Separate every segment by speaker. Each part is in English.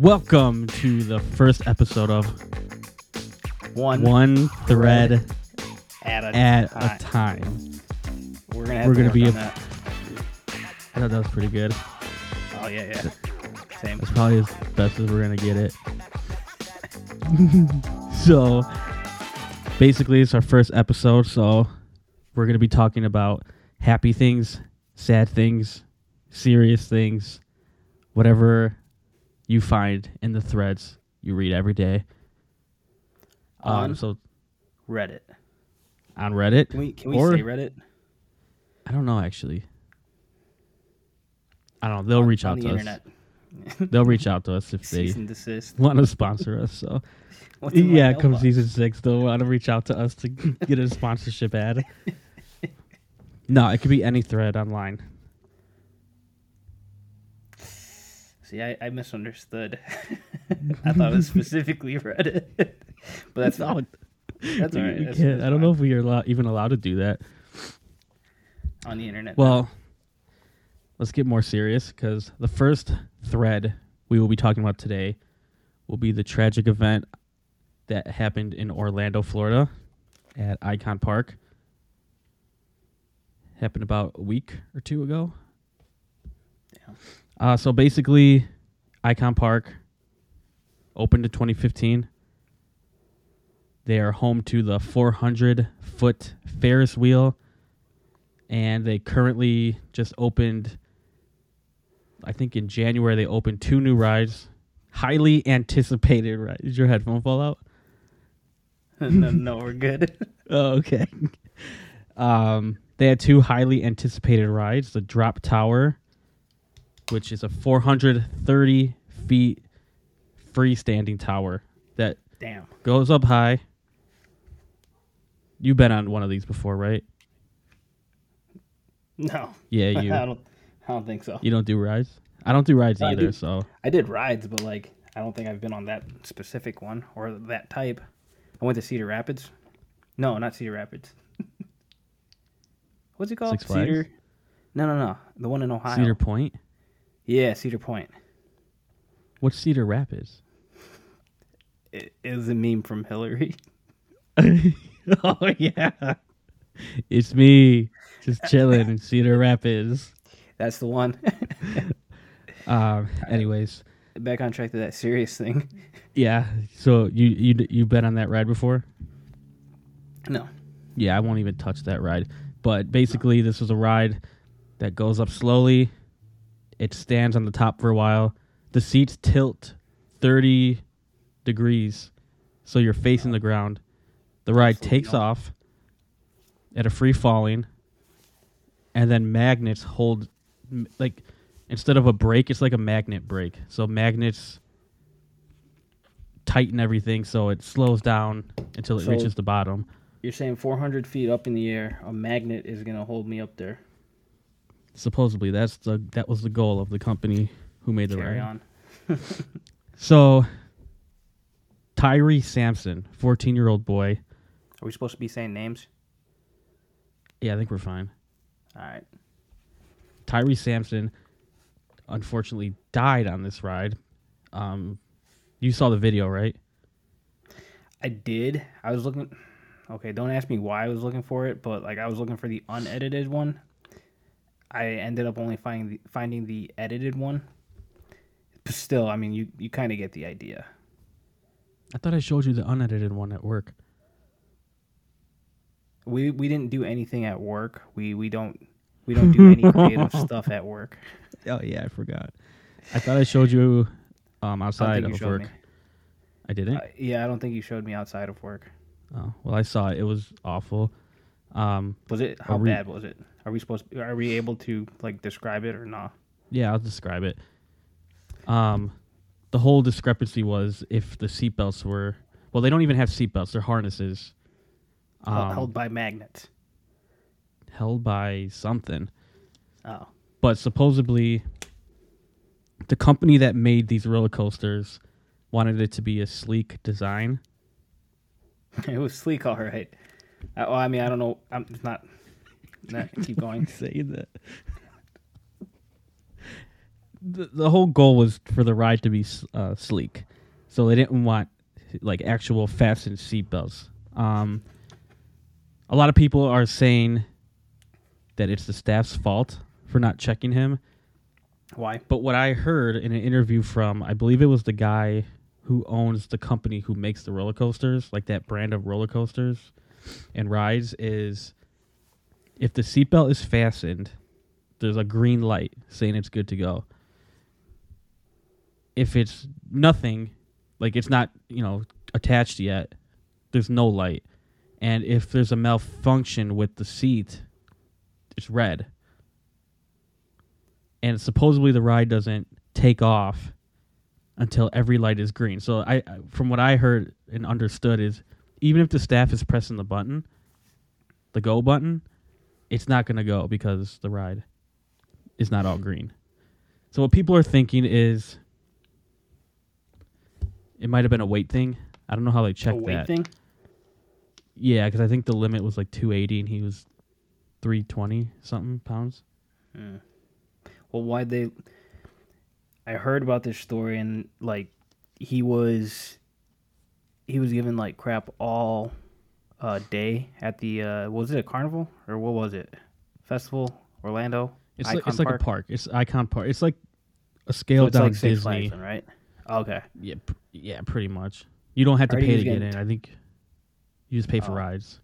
Speaker 1: Welcome to the first episode of
Speaker 2: One,
Speaker 1: One Thread
Speaker 2: at a
Speaker 1: at
Speaker 2: time.
Speaker 1: a Time.
Speaker 2: we're gonna have
Speaker 1: we're
Speaker 2: to
Speaker 1: gonna
Speaker 2: work
Speaker 1: be
Speaker 2: on
Speaker 1: a-
Speaker 2: that.
Speaker 1: I thought that was pretty good.
Speaker 2: Oh yeah, yeah. Same.
Speaker 1: That's probably as best as we're gonna get it. so basically it's our first episode, so we're gonna be talking about happy things, sad things, serious things, whatever you find in the threads you read every day.
Speaker 2: On
Speaker 1: Um, so
Speaker 2: Reddit.
Speaker 1: on Reddit.
Speaker 2: Can we can we
Speaker 1: or-
Speaker 2: say Reddit?
Speaker 1: I don't know actually. I don't. know. They'll reach out
Speaker 2: on the
Speaker 1: to
Speaker 2: internet.
Speaker 1: us. They'll reach out to us if
Speaker 2: Cease
Speaker 1: they
Speaker 2: and desist.
Speaker 1: want to sponsor us. So
Speaker 2: What's in my
Speaker 1: yeah, come
Speaker 2: mailbox?
Speaker 1: season six, they'll want to reach out to us to get a sponsorship ad. No, it could be any thread online.
Speaker 2: See, I, I misunderstood. I thought it was specifically Reddit, but that's not. That's
Speaker 1: We-
Speaker 2: all
Speaker 1: we
Speaker 2: right. That's,
Speaker 1: can't-
Speaker 2: that's
Speaker 1: I don't
Speaker 2: fine.
Speaker 1: know if we are allow, even allowed to do that.
Speaker 2: on the internet.
Speaker 1: Well, let's get more serious because the first thread we will be talking about today will be the tragic event that happened in Orlando, Florida at Icon Park. Happened about a week or two ago.
Speaker 2: Damn.
Speaker 1: Uh, so basically, Icon Park opened in 2015. They are home to the 400 foot Ferris wheel and they currently just opened i think in january they opened two new rides highly anticipated rides Did your headphone fall out
Speaker 2: no, no, we're good.
Speaker 1: oh, okay um, they had two highly anticipated rides the drop tower which is a 430 feet freestanding tower that
Speaker 2: Damn.
Speaker 1: goes up high you've been on one of these before right
Speaker 2: No.
Speaker 1: yeah you
Speaker 2: I don't. I don't think so.
Speaker 1: you don't do rides i don't do rides
Speaker 2: I
Speaker 1: either
Speaker 2: do.
Speaker 1: so
Speaker 2: I did rides, but like I don't think I've been on that specific one or that type. I went to Cedar Rapids. No, not Cedar Rapids. What's it called?
Speaker 1: Six Flags?
Speaker 2: Cedar. No, no, no. The one in Ohio.
Speaker 1: cedar point
Speaker 2: Yeah, Cedar Point.
Speaker 1: What's Cedar Rapids?
Speaker 2: It is a meme from Hillary.
Speaker 1: oh yeah, it's me, just chilling in Cedar Rapids.
Speaker 2: That's the one.
Speaker 1: Um. Anyways,
Speaker 2: Back on track to that serious thing.
Speaker 1: yeah. So you you you've been on that ride before?
Speaker 2: No.
Speaker 1: Yeah, I won't even touch that ride. But basically, this was a ride that goes up slowly. It stands on the top for a while. The seats tilt 30 degrees, so you're facing the ground. The ride
Speaker 2: Absolutely
Speaker 1: takes
Speaker 2: awesome.
Speaker 1: off at a free falling, and then magnets hold, m- like, instead of a brake, it's like a magnet brake. So magnets tighten everything, so it slows down until it
Speaker 2: So-
Speaker 1: reaches the bottom.
Speaker 2: You're saying 400 feet up in the air, a magnet is gonna hold me up there.
Speaker 1: supposedly that's the that was the goal of the company who made the
Speaker 2: Carry
Speaker 1: ride.
Speaker 2: on.
Speaker 1: So Tyree Sampson, 14-year-old boy.
Speaker 2: Are we supposed to be saying names?
Speaker 1: Yeah, I think we're fine.
Speaker 2: All right.
Speaker 1: Tyree Sampson unfortunately died on this ride. Um you saw the video, right?
Speaker 2: I did. I was looking. Okay, don't ask me why I was looking for it, but like I was looking for the unedited one. I ended up only finding the, finding the edited one. But still, I mean, you you kind of get the idea.
Speaker 1: I thought I showed you the unedited one at work.
Speaker 2: We we didn't do anything at work. We we don't we don't do any creative stuff at work.
Speaker 1: Oh yeah, I forgot. I thought I showed you um
Speaker 2: I
Speaker 1: outside
Speaker 2: don't think Oh, you
Speaker 1: of work.
Speaker 2: showed me.
Speaker 1: I didn't.
Speaker 2: Uh, yeah, I don't think you showed me outside of work.
Speaker 1: oh, well I saw it. It was awful. Um
Speaker 2: Was it how
Speaker 1: Are we-
Speaker 2: bad was it? Are we supposed? Are we able to like describe it or not?
Speaker 1: Yeah, I'll describe it. Um, the whole discrepancy was if the seatbelts were well, they don't even have seatbelts; they're harnesses
Speaker 2: Hel-
Speaker 1: um,
Speaker 2: held by magnets.
Speaker 1: held by something.
Speaker 2: Oh,
Speaker 1: But supposedly, the company that made these roller coasters wanted it to be a sleek design.
Speaker 2: It was sleek, all right. Uh, well, I mean, I don't know. I'm it's not. not keep going.
Speaker 1: Say that. the, the whole goal was for the ride to be s- uh, sleek, so they didn't want like actual fastened seatbelts. Um, a lot of people are saying that it's the staff's fault for not checking him.
Speaker 2: Why?
Speaker 1: But what I heard in an interview from, I believe it was the guy who owns the company who makes the roller coasters, like that brand of roller coasters and rides, is if the seatbelt is fastened, there's a green light saying it's good to go. If it's nothing, like it's not, you know, attached yet, there's no light. And if there's a malfunction with the seat, it's red and supposedly the ride doesn't take off until every light is green. So I I- from what I heard and understood is even if the staff is pressing the button, the go button, it's not going to go because the ride is not all green. So what people are thinking is it might have been a weight thing. I don't know how they checked
Speaker 2: a weight
Speaker 1: that.
Speaker 2: thing?
Speaker 1: Yeah, cuz I think the limit was like 280 and he was 320 something pounds.
Speaker 2: Well, why they? I heard about this story and like he was he was given like crap all uh, day at the uh, was it a carnival or what was it festival Orlando?
Speaker 1: It's like,
Speaker 2: Icon
Speaker 1: it's like a
Speaker 2: Park?
Speaker 1: park. It's Icon Park. It's like a
Speaker 2: So
Speaker 1: scaled
Speaker 2: it's
Speaker 1: down
Speaker 2: like Six
Speaker 1: Disney.
Speaker 2: Flags, then, right? Okay.
Speaker 1: yeah, pr- yeah, pretty much. You don't have to
Speaker 2: Already
Speaker 1: pay
Speaker 2: was
Speaker 1: to get
Speaker 2: getting
Speaker 1: in. I think you just pay for
Speaker 2: Oh.
Speaker 1: rides.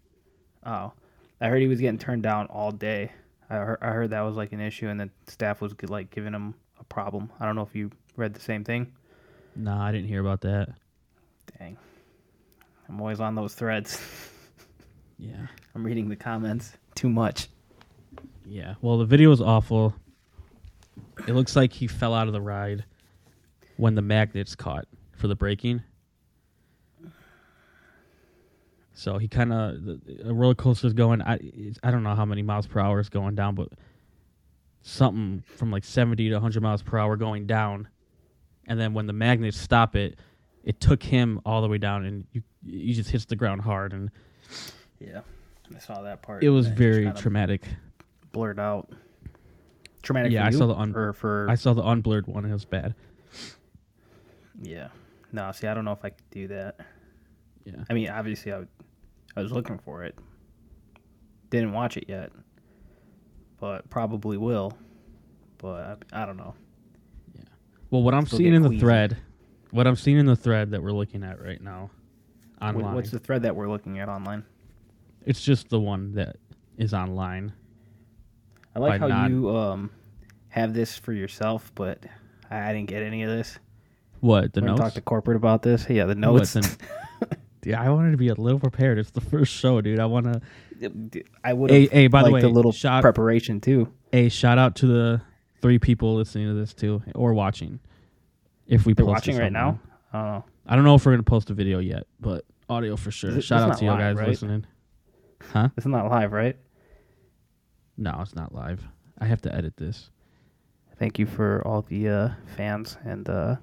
Speaker 2: Oh, I heard he was getting turned down all day. I heard, I heard that was like an issue, and the staff was g- like giving him a problem. I don't know if you read the same thing.
Speaker 1: Nah, I didn't hear about that.
Speaker 2: Dang, I'm always on those threads.
Speaker 1: Yeah,
Speaker 2: I'm reading the comments too much.
Speaker 1: yeah. Well, the video is awful. It looks like he fell out of the ride when the magnets caught for the braking. So he kind of the a roller coaster's going. I it's- I don't know how many miles per hour is going down, but something from like seventy to hundred miles per hour going down, and then when the magnets stop it, it took him all the way down, and you you just hits the ground hard, and
Speaker 2: Yeah, I saw that part.
Speaker 1: it was
Speaker 2: and
Speaker 1: very
Speaker 2: kinda
Speaker 1: traumatic.
Speaker 2: blurred out. Traumatic.
Speaker 1: Yeah,
Speaker 2: for
Speaker 1: I
Speaker 2: you?
Speaker 1: saw the un-
Speaker 2: or for
Speaker 1: I saw the unblurred one; and it was bad.
Speaker 2: yeah. No, see, I don't know if I could do that.
Speaker 1: Yeah.
Speaker 2: I mean, obviously, I, would, I was looking for it. Didn't watch it yet, but probably will. But I, I don't know.
Speaker 1: Well, what I'm
Speaker 2: Still
Speaker 1: seeing
Speaker 2: get
Speaker 1: in the
Speaker 2: queasy.
Speaker 1: thread, what I'm seeing in the thread that we're looking at right now,
Speaker 2: What-
Speaker 1: online,
Speaker 2: What's the thread that we're looking at online?
Speaker 1: it's just the one that is online.
Speaker 2: I
Speaker 1: By
Speaker 2: like how
Speaker 1: not-
Speaker 2: you um have this for yourself, but I, I didn't get any of this.
Speaker 1: What the
Speaker 2: We're gonna
Speaker 1: notes? Oh,
Speaker 2: talk to corporate about this. Yeah, the
Speaker 1: What,
Speaker 2: notes.
Speaker 1: the- yeah, I wanted to be a little prepared. It's the first show, dude. I want to.
Speaker 2: I would.
Speaker 1: Hey, hey, by the
Speaker 2: liked
Speaker 1: way,
Speaker 2: a little
Speaker 1: shout-
Speaker 2: preparation too.
Speaker 1: A shout out to the three people listening to this too or watching. If we
Speaker 2: They're
Speaker 1: post
Speaker 2: watching
Speaker 1: this
Speaker 2: right now.
Speaker 1: online.
Speaker 2: I don't know.
Speaker 1: I don't know if we're gonna post a video yet, but audio for sure.
Speaker 2: This-
Speaker 1: shout
Speaker 2: this
Speaker 1: out
Speaker 2: not
Speaker 1: to you
Speaker 2: live,
Speaker 1: guys
Speaker 2: right?
Speaker 1: listening.
Speaker 2: This is not live, right?
Speaker 1: No, it's not live. I have to edit this.
Speaker 2: Thank you for all the uh, fans and uh,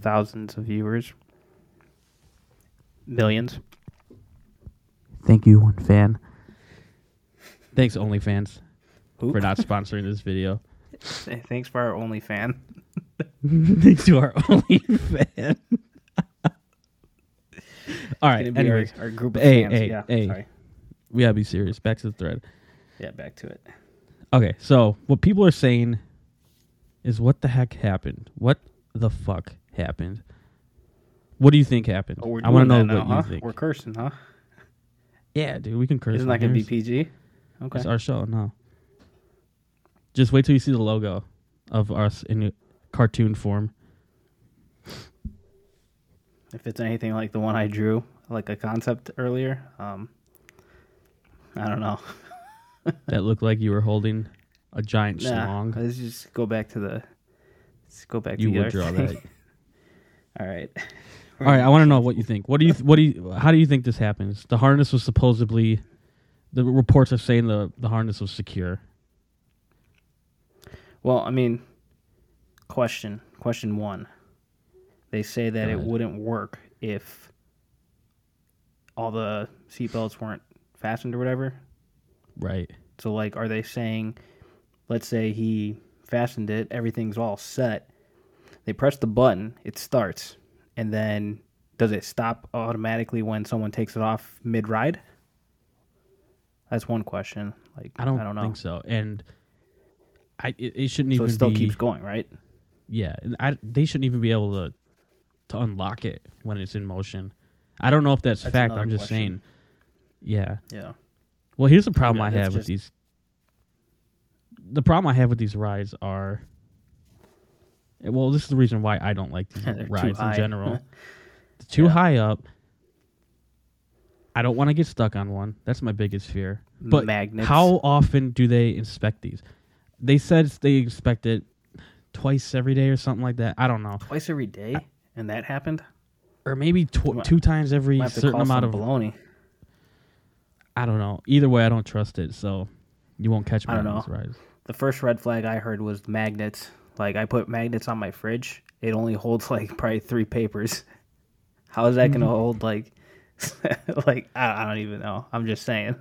Speaker 2: thousands of viewers, millions.
Speaker 1: Thank you, one fan. Thanks, OnlyFans,
Speaker 2: Oop.
Speaker 1: for not sponsoring this video.
Speaker 2: Thanks for our only fan.
Speaker 1: Thanks to our OnlyFan. All right. Anyways,
Speaker 2: our, our group of
Speaker 1: Hey,
Speaker 2: fans.
Speaker 1: hey,
Speaker 2: yeah,
Speaker 1: hey.
Speaker 2: sorry.
Speaker 1: we gotta be serious. Back to the thread.
Speaker 2: Yeah, back to it.
Speaker 1: Okay, so what people are saying is, what the heck happened? What the fuck happened? What do you think happened?
Speaker 2: Oh, we're
Speaker 1: I want to
Speaker 2: doing
Speaker 1: know
Speaker 2: that
Speaker 1: what
Speaker 2: now,
Speaker 1: you
Speaker 2: huh?
Speaker 1: think.
Speaker 2: We're cursing, huh?
Speaker 1: yeah, dude, we can curse.
Speaker 2: Isn't
Speaker 1: on
Speaker 2: that gonna
Speaker 1: here.
Speaker 2: be PG? Okay.
Speaker 1: It's our show. No. Just wait till you see the logo of us in cartoon form.
Speaker 2: If it's anything like the one I drew, like a concept earlier, um, I don't know.
Speaker 1: that looked like you were holding a giant
Speaker 2: Nah,
Speaker 1: slong.
Speaker 2: let's just go back to the. Let's go back
Speaker 1: You
Speaker 2: to the
Speaker 1: would
Speaker 2: other
Speaker 1: draw
Speaker 2: thing.
Speaker 1: that.
Speaker 2: All right.
Speaker 1: All right, I want to know what you think. What do you what do you how do you think this happens? The harness was supposedly the reports are saying the the harness was secure.
Speaker 2: Well, I mean, question question one. They say that
Speaker 1: Go
Speaker 2: it
Speaker 1: ahead.
Speaker 2: wouldn't work if all the seatbelts weren't fastened or whatever.
Speaker 1: Right.
Speaker 2: So, like, are they saying, let's say he fastened it, everything's all set, They press the button, it starts, and then does it stop automatically when someone takes it off mid ride? That's one question. Like
Speaker 1: I don't,
Speaker 2: I don't know.
Speaker 1: think so. And I it, it shouldn't
Speaker 2: So
Speaker 1: even
Speaker 2: it still
Speaker 1: be,
Speaker 2: keeps going, right?
Speaker 1: Yeah, and I, they shouldn't even be able to to unlock it when it's in motion. I don't know if that's,
Speaker 2: That's
Speaker 1: fact.
Speaker 2: another
Speaker 1: I'm just
Speaker 2: question.
Speaker 1: saying. Yeah.
Speaker 2: Yeah.
Speaker 1: Well, here's the problem
Speaker 2: Yeah,
Speaker 1: I
Speaker 2: that's
Speaker 1: have with
Speaker 2: just-
Speaker 1: these. The problem I have with these rides are. eh, Well, this is the reason why I don't like these
Speaker 2: They're too
Speaker 1: rides in
Speaker 2: high.
Speaker 1: general. It's too
Speaker 2: Yeah.
Speaker 1: high up. I don't want to get stuck on one. That's my biggest fear. But
Speaker 2: magnets.
Speaker 1: how often do they inspect these? They said they inspect it twice every day or something like that. I don't know.
Speaker 2: twice every day, and that happened.
Speaker 1: Or maybe tw-
Speaker 2: Might-
Speaker 1: two times every
Speaker 2: Might have to
Speaker 1: certain
Speaker 2: call
Speaker 1: amount of.
Speaker 2: some baloney.
Speaker 1: I don't know. Either way, I don't trust it. So you won't catch me
Speaker 2: I don't
Speaker 1: on
Speaker 2: know.
Speaker 1: these rides.
Speaker 2: The first red flag I heard was magnets. Like I put magnets on my fridge. It only holds like probably three papers. How is that gonna hold like, like I, I don't even know. I'm just saying.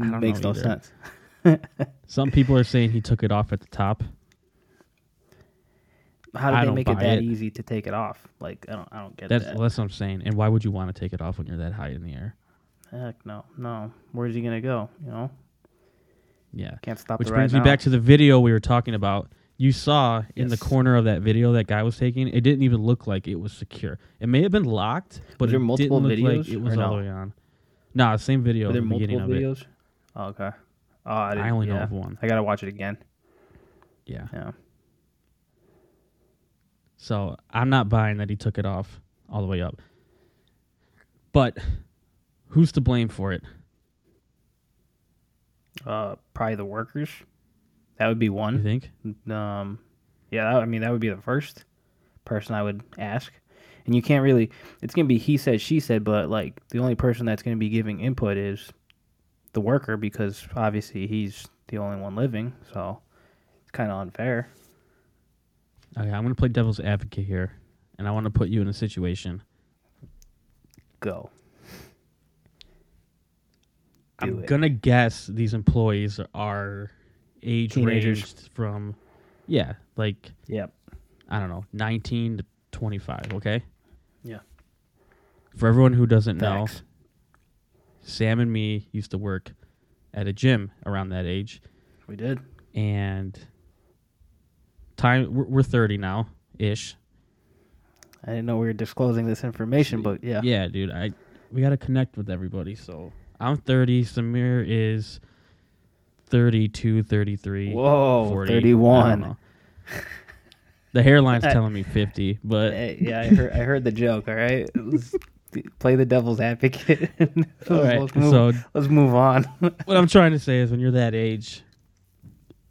Speaker 1: I don't
Speaker 2: makes
Speaker 1: know
Speaker 2: no
Speaker 1: either.
Speaker 2: sense.
Speaker 1: Some people are saying he took it off at the top.
Speaker 2: How
Speaker 1: I
Speaker 2: did they
Speaker 1: don't
Speaker 2: make it
Speaker 1: buy
Speaker 2: that
Speaker 1: it.
Speaker 2: easy to take it off? Like I don't, I don't get
Speaker 1: That's
Speaker 2: that.
Speaker 1: that's what I'm saying. And why would you want to take it off when you're that high in the air?
Speaker 2: Heck no, no. Where's he gonna go? You know,
Speaker 1: Yeah.
Speaker 2: can't stop.
Speaker 1: Which
Speaker 2: the
Speaker 1: brings
Speaker 2: ride
Speaker 1: me
Speaker 2: now.
Speaker 1: back to the video we were talking about. You saw in the
Speaker 2: Yes.
Speaker 1: corner of that video that guy was taking. It didn't even look like it was secure. It may have been locked, but
Speaker 2: Was there
Speaker 1: it
Speaker 2: multiple
Speaker 1: didn't look like
Speaker 2: videos
Speaker 1: it
Speaker 2: or
Speaker 1: was all
Speaker 2: no?
Speaker 1: the way on. Nah, same video.
Speaker 2: Were
Speaker 1: at
Speaker 2: there
Speaker 1: the beginning
Speaker 2: multiple
Speaker 1: of it.
Speaker 2: videos? Oh, okay. Oh, I, didn't,
Speaker 1: I only know
Speaker 2: yeah.
Speaker 1: of one.
Speaker 2: I gotta watch it again.
Speaker 1: Yeah.
Speaker 2: Yeah.
Speaker 1: So I'm not buying that he took it off all the way up. But who's to blame for it?
Speaker 2: Uh, probably the workers. That would be
Speaker 1: You
Speaker 2: one.
Speaker 1: think?
Speaker 2: Um, yeah, that, I mean that would be the first person I would ask. And you can't really. It's gonna be he said, she said, but like the only person that's gonna be giving input is the worker because obviously he's the only one living. So it's kind of unfair.
Speaker 1: Okay, I'm gonna play devil's advocate here, and I want to put you in a situation.
Speaker 2: Go.
Speaker 1: I'm
Speaker 2: Do it.
Speaker 1: gonna guess these employees are age
Speaker 2: Teenagers.
Speaker 1: ranged from, yeah, like
Speaker 2: Yep.
Speaker 1: I don't know, 19 to 25. Okay.
Speaker 2: Yeah.
Speaker 1: For everyone who doesn't
Speaker 2: Facts.
Speaker 1: know, Sam and me used to work at a gym around that age,
Speaker 2: We did.
Speaker 1: and time we're, we're 30 now ish
Speaker 2: I didn't know we were disclosing this information, but yeah.
Speaker 1: yeah dude i we gotta connect with everybody so i'm 30 samir is 32 33
Speaker 2: Whoa,
Speaker 1: 40, I don't
Speaker 2: 31.
Speaker 1: know. the hairline's
Speaker 2: I-
Speaker 1: telling me 50 but
Speaker 2: Hey, Eh, yeah, I heard, I heard the joke. All right, Let's play the devil's advocate.
Speaker 1: all right
Speaker 2: let's, move,
Speaker 1: so
Speaker 2: let's move on.
Speaker 1: what i'm trying to say is when you're that age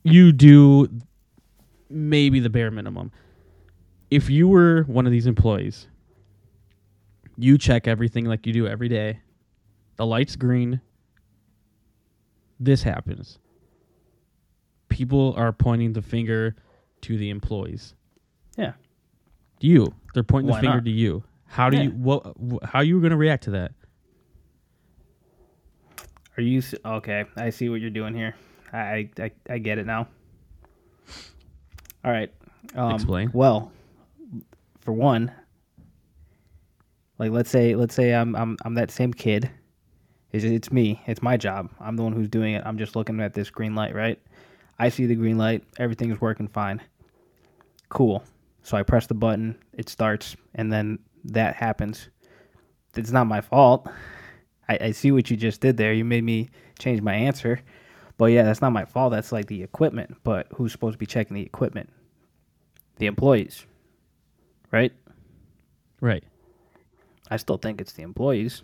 Speaker 1: you do maybe the bare minimum if you were one of these employees you check everything like you do every day. The light's green. This happens. People are pointing the finger to the employees.
Speaker 2: Yeah.
Speaker 1: You. They're pointing
Speaker 2: Why
Speaker 1: the finger
Speaker 2: not?
Speaker 1: to you. How do
Speaker 2: Yeah.
Speaker 1: you what wh- how you going to react to that?
Speaker 2: Are you s- okay? I see what you're doing here. I I, I, I get it now. All right. Um,
Speaker 1: Explain.
Speaker 2: Well, for one, like let's say let's say I'm I'm I'm that same kid. It's, it's me. It's my job. I'm the one who's doing it. I'm just looking at this green light, right? I see the green light. Everything is working fine. Cool. So I press the button. It starts, and then that happens. It's not my fault. I, I see what you just did there. You made me change my answer. But yeah, that's not my fault. That's like the equipment. But who's supposed to be checking the equipment? The employees, right?
Speaker 1: Right.
Speaker 2: I still think it's the employees.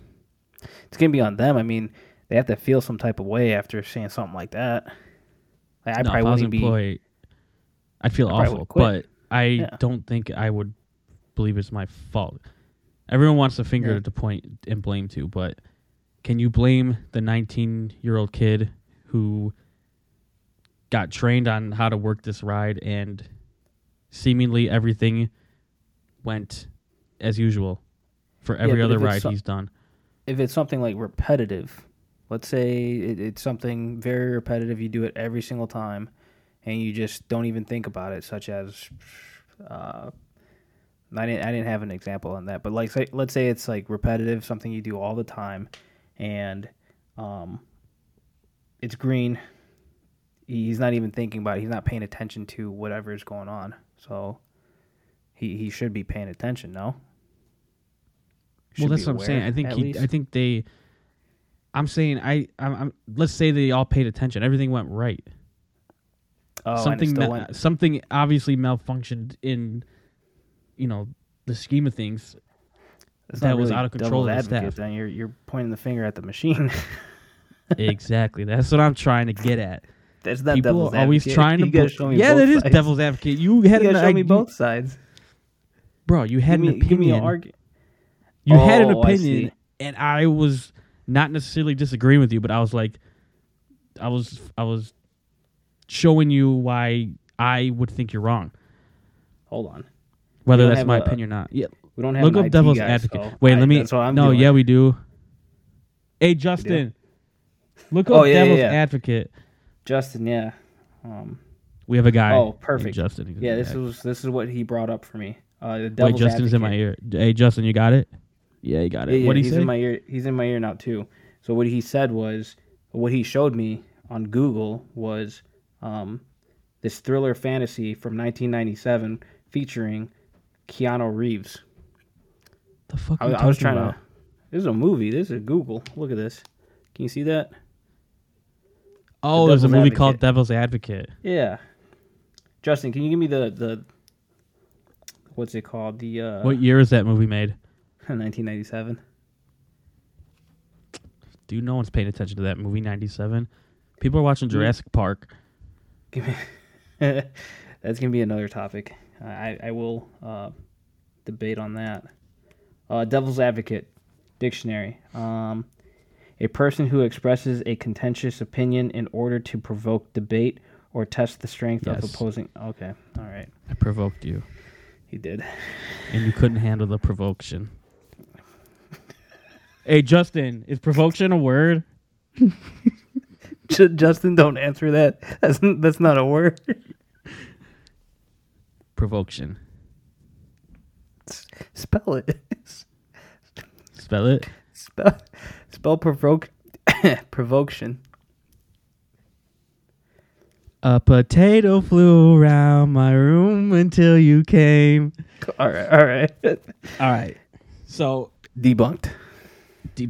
Speaker 2: It's gonna be on them. I mean, they have to feel some type of way after saying something like that. Like, I
Speaker 1: No,
Speaker 2: probably
Speaker 1: if I was
Speaker 2: wouldn't
Speaker 1: an
Speaker 2: be.
Speaker 1: employee, I'd feel
Speaker 2: I probably
Speaker 1: awful,
Speaker 2: would quit.
Speaker 1: but I
Speaker 2: Yeah.
Speaker 1: don't think I would believe it's my fault. Everyone wants a finger
Speaker 2: Yeah.
Speaker 1: to point and blame to, but can you blame the 19-year-old kid who got trained on how to work this ride and seemingly everything went as usual for every
Speaker 2: but
Speaker 1: other
Speaker 2: if it's
Speaker 1: ride
Speaker 2: so-
Speaker 1: he's done?
Speaker 2: if it's something like repetitive, let's say it, it's something very repetitive, you do it every single time, and you just don't even think about it, such as Uh, I didn't I didn't have an example on that, but like say, let's say it's like repetitive, something you do all the time, and um, it's green. He's not even thinking about it. He's not paying attention to whatever is going on. So he he should be paying attention. No.
Speaker 1: well,
Speaker 2: Should
Speaker 1: that's
Speaker 2: be
Speaker 1: what I'm
Speaker 2: aware,
Speaker 1: saying. I think
Speaker 2: at
Speaker 1: he,
Speaker 2: least.
Speaker 1: I think they. I'm saying I I'm, I'm let's say they all paid attention. Everything went right.
Speaker 2: oh, and it
Speaker 1: something
Speaker 2: still
Speaker 1: that
Speaker 2: went-
Speaker 1: something obviously malfunctioned in, you know, the scheme of things.
Speaker 2: It's
Speaker 1: that
Speaker 2: not
Speaker 1: was
Speaker 2: really
Speaker 1: out of control
Speaker 2: devil's
Speaker 1: of the staff.
Speaker 2: advocate, Then you're you're pointing the finger at the machine.
Speaker 1: exactly. That's what I'm trying to get at.
Speaker 2: That's not
Speaker 1: People
Speaker 2: devil's
Speaker 1: are always
Speaker 2: advocate.
Speaker 1: trying to.
Speaker 2: You gotta
Speaker 1: bl-
Speaker 2: show me
Speaker 1: yeah,
Speaker 2: both
Speaker 1: that is
Speaker 2: sides.
Speaker 1: devil's advocate. You had
Speaker 2: You
Speaker 1: an
Speaker 2: gotta show me
Speaker 1: idea-
Speaker 2: both sides.
Speaker 1: bro. You had
Speaker 2: Give me,
Speaker 1: an opinion.
Speaker 2: give me an argument.
Speaker 1: you had an
Speaker 2: Oh, I see.
Speaker 1: opinion, and I was not necessarily disagreeing with you, but I was like, I was I was showing you why I would think you're wrong,
Speaker 2: Hold on.
Speaker 1: whether
Speaker 2: don't
Speaker 1: that's
Speaker 2: have
Speaker 1: my
Speaker 2: a-
Speaker 1: opinion or not. Yeah,
Speaker 2: We don't have
Speaker 1: look
Speaker 2: an
Speaker 1: up
Speaker 2: IT
Speaker 1: devil's
Speaker 2: guy,
Speaker 1: advocate.
Speaker 2: so
Speaker 1: Wait,
Speaker 2: I-
Speaker 1: let me.
Speaker 2: That's what I'm
Speaker 1: no,
Speaker 2: doing.
Speaker 1: yeah, we do. Hey, Justin, look up
Speaker 2: Oh, yeah, yeah,
Speaker 1: devil's
Speaker 2: yeah.
Speaker 1: advocate.
Speaker 2: Justin, yeah. Um,
Speaker 1: We have a guy.
Speaker 2: Oh,
Speaker 1: named
Speaker 2: perfect.
Speaker 1: Justin. He's
Speaker 2: yeah,
Speaker 1: a
Speaker 2: this
Speaker 1: guy.
Speaker 2: was this is what he brought up for me. Uh, the
Speaker 1: Wait,
Speaker 2: devil's
Speaker 1: Justin's in my
Speaker 2: advocate.
Speaker 1: ear. Hey, Justin, you got it. Yeah, you got it.
Speaker 2: Yeah, yeah,
Speaker 1: what do you
Speaker 2: he's
Speaker 1: say?
Speaker 2: in my ear. He's in my ear now too. So what he said was, what he showed me on Google was um, this thriller fantasy from 1997 featuring Keanu Reeves.
Speaker 1: the fuck?
Speaker 2: I,
Speaker 1: are you
Speaker 2: was- I was
Speaker 1: talking
Speaker 2: trying
Speaker 1: about?
Speaker 2: to. This is a movie. This is Google. Look at this. Can you see that?
Speaker 1: Oh, there's a
Speaker 2: Devil's
Speaker 1: movie
Speaker 2: Advocate.
Speaker 1: called Devil's Advocate.
Speaker 2: Yeah. Justin, can you give me the the what's it called? The uh,
Speaker 1: What year is that movie made?
Speaker 2: 1997.
Speaker 1: Dude, no one's paying attention to that movie. Ninety-seven. People are watching Jurassic Park.
Speaker 2: Give me. That's gonna be another topic. I I will uh, debate on that. Uh, Devil's Advocate Dictionary. Um, a person who expresses a contentious opinion in order to provoke debate or test the strength of
Speaker 1: Yes.
Speaker 2: opposing. Okay, all right,
Speaker 1: I provoked you,
Speaker 2: he did.
Speaker 1: and you couldn't handle the provocation. hey, Justin, is provocation a word?
Speaker 2: Ju- Justin, don't answer that. That's n- that's not a word.
Speaker 1: Provocation.
Speaker 2: Spell it.
Speaker 1: Spell it.
Speaker 2: Spell spell provoke provocation.
Speaker 1: A potato flew around my room until you came.
Speaker 2: All right, all right.
Speaker 1: All right. So
Speaker 2: Debunked.
Speaker 1: de-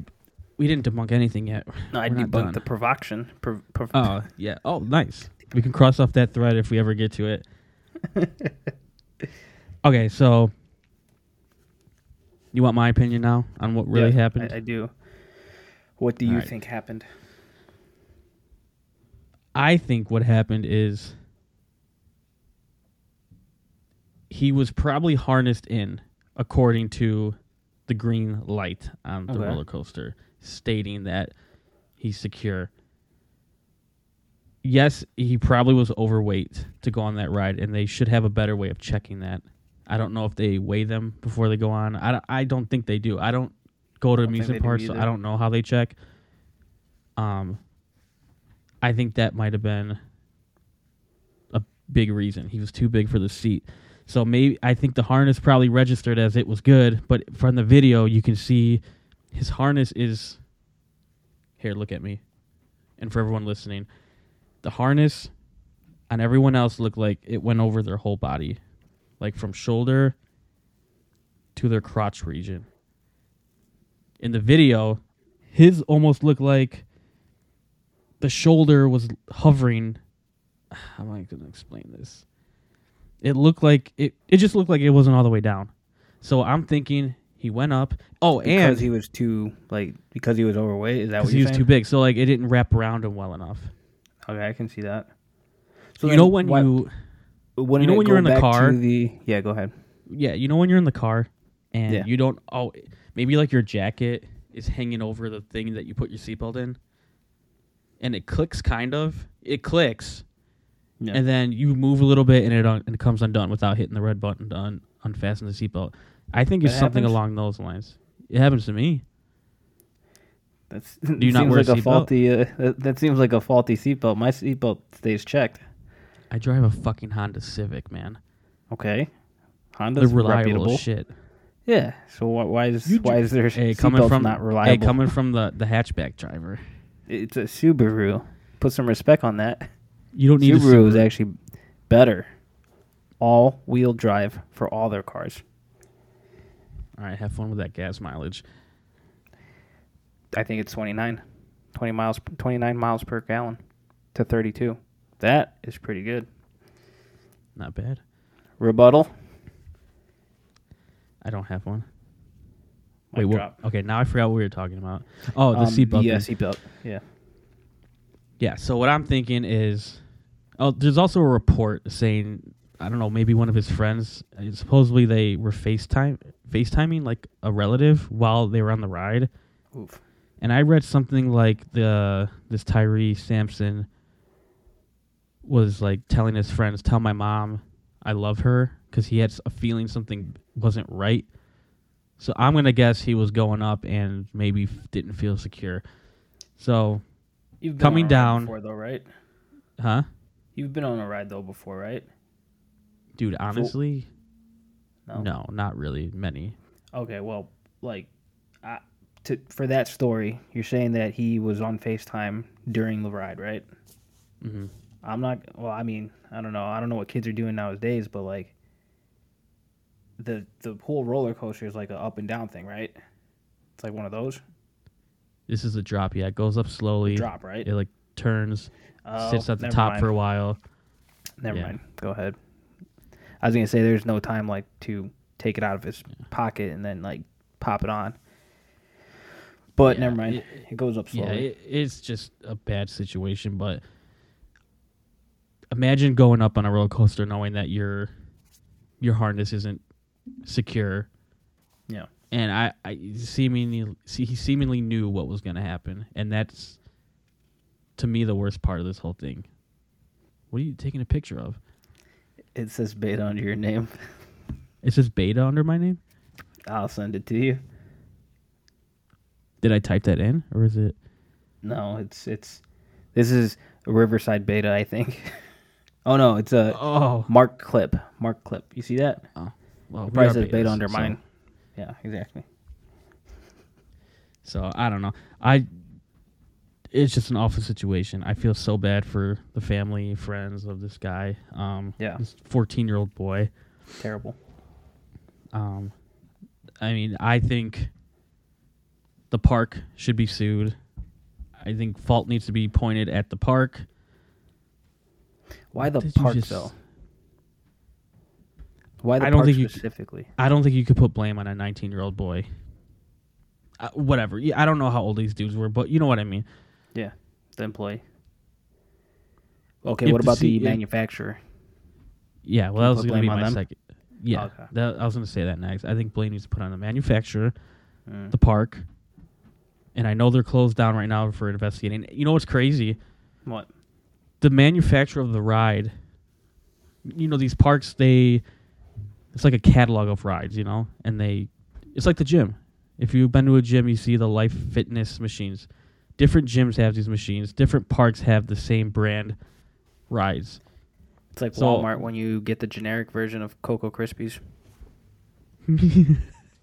Speaker 1: we didn't debunk anything yet.
Speaker 2: No, I
Speaker 1: We're not done.
Speaker 2: debunked the provocation. Pro- pro-
Speaker 1: Oh yeah. Oh nice. We can cross off that thread if we ever get to it. okay, so you want my opinion now on what really
Speaker 2: Yeah,
Speaker 1: happened?
Speaker 2: I, I do. What do you
Speaker 1: Alright.
Speaker 2: think happened?
Speaker 1: I think what happened is he was probably harnessed in according to the green light on the
Speaker 2: Okay.
Speaker 1: roller coaster stating that he's secure. Yes, he probably was overweight to go on that ride and they should have a better way of checking that. I don't know if they weigh them before they go on. I don't, I don't think they do. I don't go to
Speaker 2: think they
Speaker 1: amusement
Speaker 2: do
Speaker 1: parks, so
Speaker 2: either.
Speaker 1: I don't know how they check. Um, I think that might have been a big reason. He was too big for the seat. So maybe I think the harness probably registered as it was good, but from the video you can see his harness is here, look at me. And for everyone listening, the harness on everyone else looked like it went over their whole body. Like from shoulder to their crotch region. In the video, his almost looked like the shoulder was hovering. How am I going to explain this? It looked like it. It just looked like it wasn't all the way down. So I'm thinking he went up. Oh, and
Speaker 2: Because he was too like because he was overweight. Is that what
Speaker 1: because he
Speaker 2: you're
Speaker 1: was
Speaker 2: saying?
Speaker 1: too big, so like it didn't wrap around him well enough.
Speaker 2: Okay, I can see that.
Speaker 1: So you
Speaker 2: then
Speaker 1: know when
Speaker 2: why-
Speaker 1: you,
Speaker 2: wouldn't
Speaker 1: you know
Speaker 2: it
Speaker 1: when you're
Speaker 2: go
Speaker 1: in the
Speaker 2: back to
Speaker 1: car?
Speaker 2: the- yeah, go ahead.
Speaker 1: yeah, you know when you're in the car and
Speaker 2: Yeah.
Speaker 1: you don't. Oh, maybe like your jacket is hanging over the thing that you put your seatbelt in, and it clicks kind of. It clicks,
Speaker 2: Yeah.
Speaker 1: and then you move a little bit, and it un- and it comes undone without hitting the red button to un- unfasten the seatbelt. I think it's
Speaker 2: That
Speaker 1: something
Speaker 2: happens?
Speaker 1: along those lines. It happens to me.
Speaker 2: That's
Speaker 1: you not
Speaker 2: seems
Speaker 1: wear a
Speaker 2: like a
Speaker 1: seatbelt?
Speaker 2: faulty. Uh, that, that seems like a faulty seatbelt. My seatbelt stays checked.
Speaker 1: I drive a fucking Honda Civic, man.
Speaker 2: Okay, Honda's
Speaker 1: They're reliable
Speaker 2: reputable.
Speaker 1: as shit.
Speaker 2: Yeah. So why, why is
Speaker 1: You
Speaker 2: why is their
Speaker 1: Hey,
Speaker 2: seatbelts
Speaker 1: coming from
Speaker 2: not
Speaker 1: Hey,
Speaker 2: reliable?
Speaker 1: coming from the, the hatchback driver.
Speaker 2: it's a Subaru. Put some respect on that.
Speaker 1: You don't need a
Speaker 2: Subaru is
Speaker 1: Subaru.
Speaker 2: actually better. All wheel drive for all their cars.
Speaker 1: All right, have fun with that gas mileage.
Speaker 2: I think it's 29, 20 miles, 29 miles per gallon to 32. That is pretty good.
Speaker 1: Not bad.
Speaker 2: Rebuttal.
Speaker 1: I don't have one.
Speaker 2: Mic
Speaker 1: Wait, what?
Speaker 2: drop.
Speaker 1: Okay, now I forgot what we were talking about. Oh, the
Speaker 2: Um,
Speaker 1: seatbelt.
Speaker 2: Yeah,
Speaker 1: thing.
Speaker 2: seatbelt. Yeah.
Speaker 1: Yeah. So what I'm thinking is, oh, there's also a report saying I don't know, maybe one of his friends. uh, Supposedly they were FaceTime FaceTiming like a relative while they were on the ride,
Speaker 2: Oof.
Speaker 1: and I read something like the this Tyree Sampson was like telling his friends, "Tell my mom I love her," because he had s- a feeling something wasn't right. So I'm gonna guess he was going up and maybe f- didn't feel secure. So,
Speaker 2: You've been
Speaker 1: Coming
Speaker 2: on a ride
Speaker 1: down.
Speaker 2: before though, right?
Speaker 1: huh,
Speaker 2: You've been on a ride though before, right?
Speaker 1: dude? Honestly.
Speaker 2: No.
Speaker 1: No, not really many.
Speaker 2: Okay, well, like, I, to, for that story, you're saying that he was on FaceTime during the ride, right? Mm-hmm.
Speaker 1: Mhm.
Speaker 2: I'm not. Well, I mean, I don't know. I don't know what kids are doing nowadays, but like, the the whole roller coaster is like a up and down thing, right? It's like one of those
Speaker 1: This is a drop. Yeah, it goes up slowly.
Speaker 2: drop, right?
Speaker 1: It like turns,
Speaker 2: Oh,
Speaker 1: sits at the
Speaker 2: never
Speaker 1: top
Speaker 2: mind.
Speaker 1: for a while.
Speaker 2: Never
Speaker 1: yeah.
Speaker 2: mind. Go ahead. I was gonna say there's no time like to take it out of his pocket and then like pop it on. But
Speaker 1: Yeah,
Speaker 2: never mind.
Speaker 1: it-
Speaker 2: It, goes up slowly.
Speaker 1: Yeah, it, it's just a bad situation. But imagine going up on a roller coaster knowing that your your harness isn't secure.
Speaker 2: Yeah.
Speaker 1: and I, I seemingly see, he seemingly knew what was going to happen, and that's to me the worst part of this whole thing. What are you taking a picture of?
Speaker 2: It says beta under your name.
Speaker 1: It says beta under my name.
Speaker 2: I'll send it to you.
Speaker 1: Did I type that in, or is it?
Speaker 2: No, it's it's this is Riverside Beta, I think. oh no, it's a
Speaker 1: Oh,
Speaker 2: Mark Clip. Mark Clip. You see that?
Speaker 1: well,
Speaker 2: It
Speaker 1: we
Speaker 2: probably
Speaker 1: are
Speaker 2: says beta
Speaker 1: betas,
Speaker 2: under
Speaker 1: so-
Speaker 2: mine. Yeah, exactly.
Speaker 1: So, I don't know. I it's just an awful situation. I feel so bad for the family, friends of this guy. Um,
Speaker 2: Yeah.
Speaker 1: this fourteen-year-old boy.
Speaker 2: Terrible.
Speaker 1: Um, I mean, I think the park should be sued. I think fault needs to be pointed at the park.
Speaker 2: Why the
Speaker 1: Did you
Speaker 2: park
Speaker 1: just-
Speaker 2: though? Why the
Speaker 1: I don't
Speaker 2: park
Speaker 1: think you-
Speaker 2: specifically?
Speaker 1: I don't think you could put blame on a 19 year old boy. Uh, whatever. Yeah, I don't know how old these dudes were, but you know what I mean.
Speaker 2: Yeah, the employee. Okay,
Speaker 1: If
Speaker 2: what
Speaker 1: the
Speaker 2: about
Speaker 1: C- E
Speaker 2: the
Speaker 1: if-
Speaker 2: manufacturer?
Speaker 1: Yeah, well, that was
Speaker 2: put
Speaker 1: going to be
Speaker 2: blame on
Speaker 1: my
Speaker 2: them?
Speaker 1: second. Yeah,
Speaker 2: Okay.
Speaker 1: that, I was going to say that next. I think blame needs to put on the manufacturer,
Speaker 2: Mm.
Speaker 1: the park, and I know they're closed down right now for investigating. You know what's crazy?
Speaker 2: What?
Speaker 1: The manufacturer of the ride. You know these parks, they it's like a catalog of rides, you know, and they it's like the gym. If you've been to a gym, you see the Life Fitness machines. Different gyms have these machines. Different parks have the same brand rides.
Speaker 2: It's like
Speaker 1: So-
Speaker 2: Walmart when you get the generic version of Cocoa Krispies.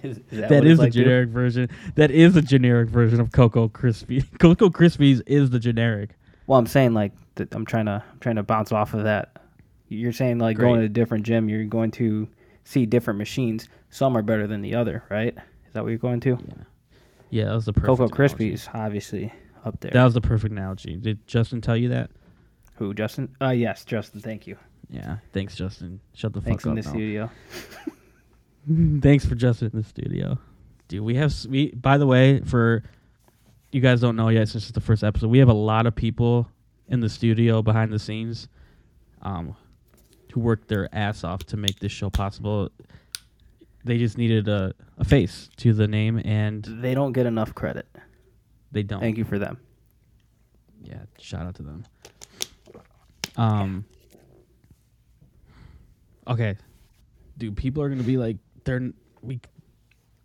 Speaker 2: Is, is what
Speaker 1: that
Speaker 2: it's
Speaker 1: is
Speaker 2: like,
Speaker 1: the
Speaker 2: dude?
Speaker 1: generic version. That is the generic version of Cocoa Crispy. Cocoa Krispies is the generic.
Speaker 2: Well, I'm saying like that I'm trying to I'm trying to bounce off of that. You're saying like going
Speaker 1: Great.
Speaker 2: to a different gym, you're going to see different machines. Some are better than the other, right? Is that what you're going to?
Speaker 1: Yeah, that was the perfect
Speaker 2: Cocoa
Speaker 1: analogy.
Speaker 2: Krispies, obviously, up there.
Speaker 1: That was the perfect analogy. Did Justin tell you that?
Speaker 2: Who, Justin? Uh yes, Justin. Thank you.
Speaker 1: Yeah. Thanks, Justin. Shut the
Speaker 2: Thanks
Speaker 1: fuck
Speaker 2: in
Speaker 1: up.
Speaker 2: the
Speaker 1: now.
Speaker 2: studio.
Speaker 1: Thanks for Justin in the studio. Dude, we have s- we by the way, for you guys don't know yet since it's the first episode, we have a lot of people in the studio behind the scenes um who worked their ass off to make this show possible. They just needed a, a face to the name and
Speaker 2: They don't get enough credit.
Speaker 1: they don't.
Speaker 2: Thank you for them.
Speaker 1: Yeah, shout out to them. Um Okay. Dude, people are going to be like they're n- we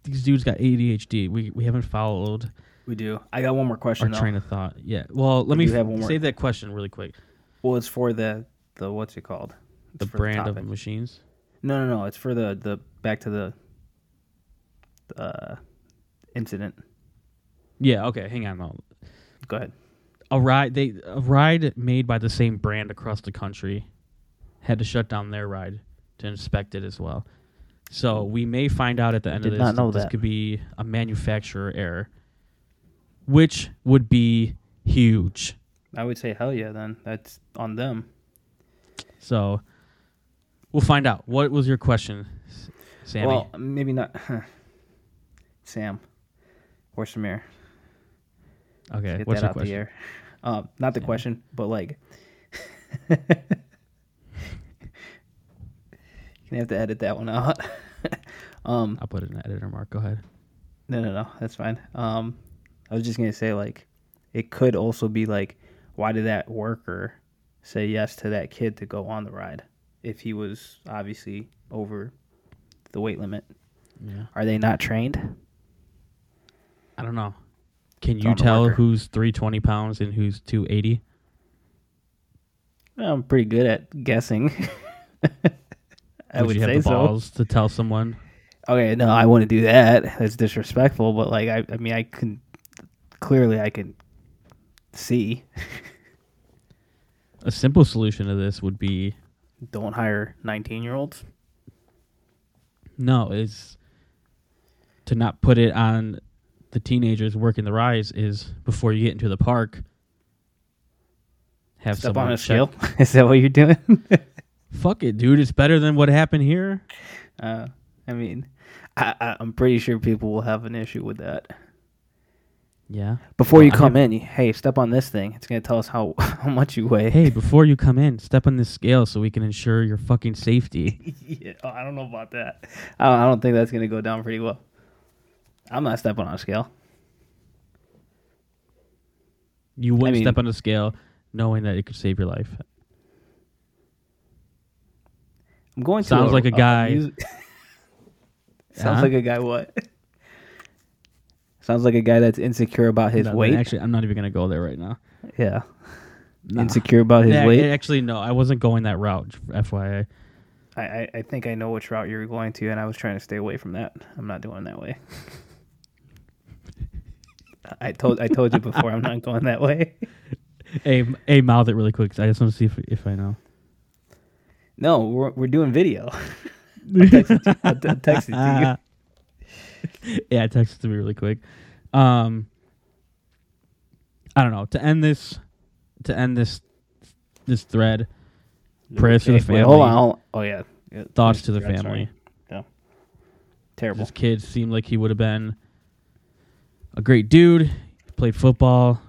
Speaker 1: these dudes got ADHD. We we haven't followed
Speaker 2: We do. I got one more
Speaker 1: our
Speaker 2: question though.
Speaker 1: train of thought. Yeah. Well, let
Speaker 2: Oh,
Speaker 1: me
Speaker 2: We do have one
Speaker 1: f-
Speaker 2: more.
Speaker 1: save that question really quick.
Speaker 2: Well, it's for the the what's it called? It's
Speaker 1: The
Speaker 2: for
Speaker 1: brand of
Speaker 2: topic.
Speaker 1: machines.
Speaker 2: No, no, no. It's for the the back to the uh, incident.
Speaker 1: Yeah. Okay. Hang on. though.
Speaker 2: Go ahead.
Speaker 1: A ride they a ride made by the same brand across the country had to shut down their ride to inspect it as well. So we may find out at the end
Speaker 2: Did
Speaker 1: of this
Speaker 2: not know
Speaker 1: this
Speaker 2: that.
Speaker 1: could be a manufacturer error, which would be huge.
Speaker 2: I would say hell yeah. Then that's on them.
Speaker 1: So we'll find out. What was your question, S- Sammy?
Speaker 2: Well, maybe not. Sam or Samir.
Speaker 1: okay.
Speaker 2: Get
Speaker 1: What's
Speaker 2: that
Speaker 1: your
Speaker 2: out
Speaker 1: question?
Speaker 2: the air. Um, not the
Speaker 1: Sam.
Speaker 2: question, but like. You're gonna have to edit that one out. um,
Speaker 1: I'll put it in the editor mark. Go ahead.
Speaker 2: No, no, no. That's fine. Um, I was just gonna say like, it could also be like, why did that worker say yes to that kid to go on the ride if he was obviously over the weight limit?
Speaker 1: Yeah.
Speaker 2: Are they not trained?
Speaker 1: I don't know. Can
Speaker 2: It's
Speaker 1: you
Speaker 2: on the
Speaker 1: tell
Speaker 2: marker.
Speaker 1: who's 320 pounds and who's 280?
Speaker 2: I'm pretty good at guessing. I would,
Speaker 1: you
Speaker 2: say
Speaker 1: have the
Speaker 2: so.
Speaker 1: balls to tell someone?
Speaker 2: Okay, no, I wouldn't do that. That's disrespectful. But like, I, I mean, I can clearly I can see.
Speaker 1: A simple solution to this would be
Speaker 2: Don't hire 19 year olds.
Speaker 1: no, is to not put it on the teenagers working the rise is before you get into the park. Have
Speaker 2: Step
Speaker 1: someone
Speaker 2: on a
Speaker 1: check-
Speaker 2: scale. Is that what you're doing?
Speaker 1: Fuck it, dude. It's better than what happened here.
Speaker 2: Uh, I mean, I, I, I'm pretty sure people will have an issue with that.
Speaker 1: Yeah.
Speaker 2: Before
Speaker 1: Well,
Speaker 2: you
Speaker 1: I
Speaker 2: come in, you, hey, step on this thing. It's gonna tell us how how much you weigh.
Speaker 1: Hey, before you come in, step on this scale so we can ensure your fucking safety.
Speaker 2: yeah, oh, I don't know about that. I don't, I don't think that's gonna go down pretty well. I'm not stepping on a scale.
Speaker 1: You wouldn't
Speaker 2: mean-
Speaker 1: step on a scale knowing that it could save your life.
Speaker 2: I'm going. to
Speaker 1: Sounds like a guy-
Speaker 2: mus- Sounds
Speaker 1: Huh?
Speaker 2: like a guy. What? Sounds like a guy that's insecure about his
Speaker 1: No, then
Speaker 2: weight.
Speaker 1: Actually, I'm not even gonna go there right now.
Speaker 2: yeah,
Speaker 1: Nah.
Speaker 2: insecure about his
Speaker 1: Yeah,
Speaker 2: weight.
Speaker 1: Actually, no, I wasn't going that route. FYI.
Speaker 2: I, I, I think I know which route you're going to, and I was trying to stay away from that. I'm not doing that way. I told I told you before I'm not going that way.
Speaker 1: Hey, hey, mouth it really quick. 'cause I just want to see if, if I know.
Speaker 2: No, we're, we're doing video. I texted you. I t- texted you.
Speaker 1: Ah. yeah, I texted to me really quick. Um, I don't know. To end this, to end this, this thread. Prayers to the
Speaker 2: Wait,
Speaker 1: family.
Speaker 2: hold on. hold on. Oh yeah. Yeah,
Speaker 1: Thoughts to the
Speaker 2: I'm sorry.
Speaker 1: family.
Speaker 2: Terrible.
Speaker 1: This kid seemed like he would have been a great dude. Played football.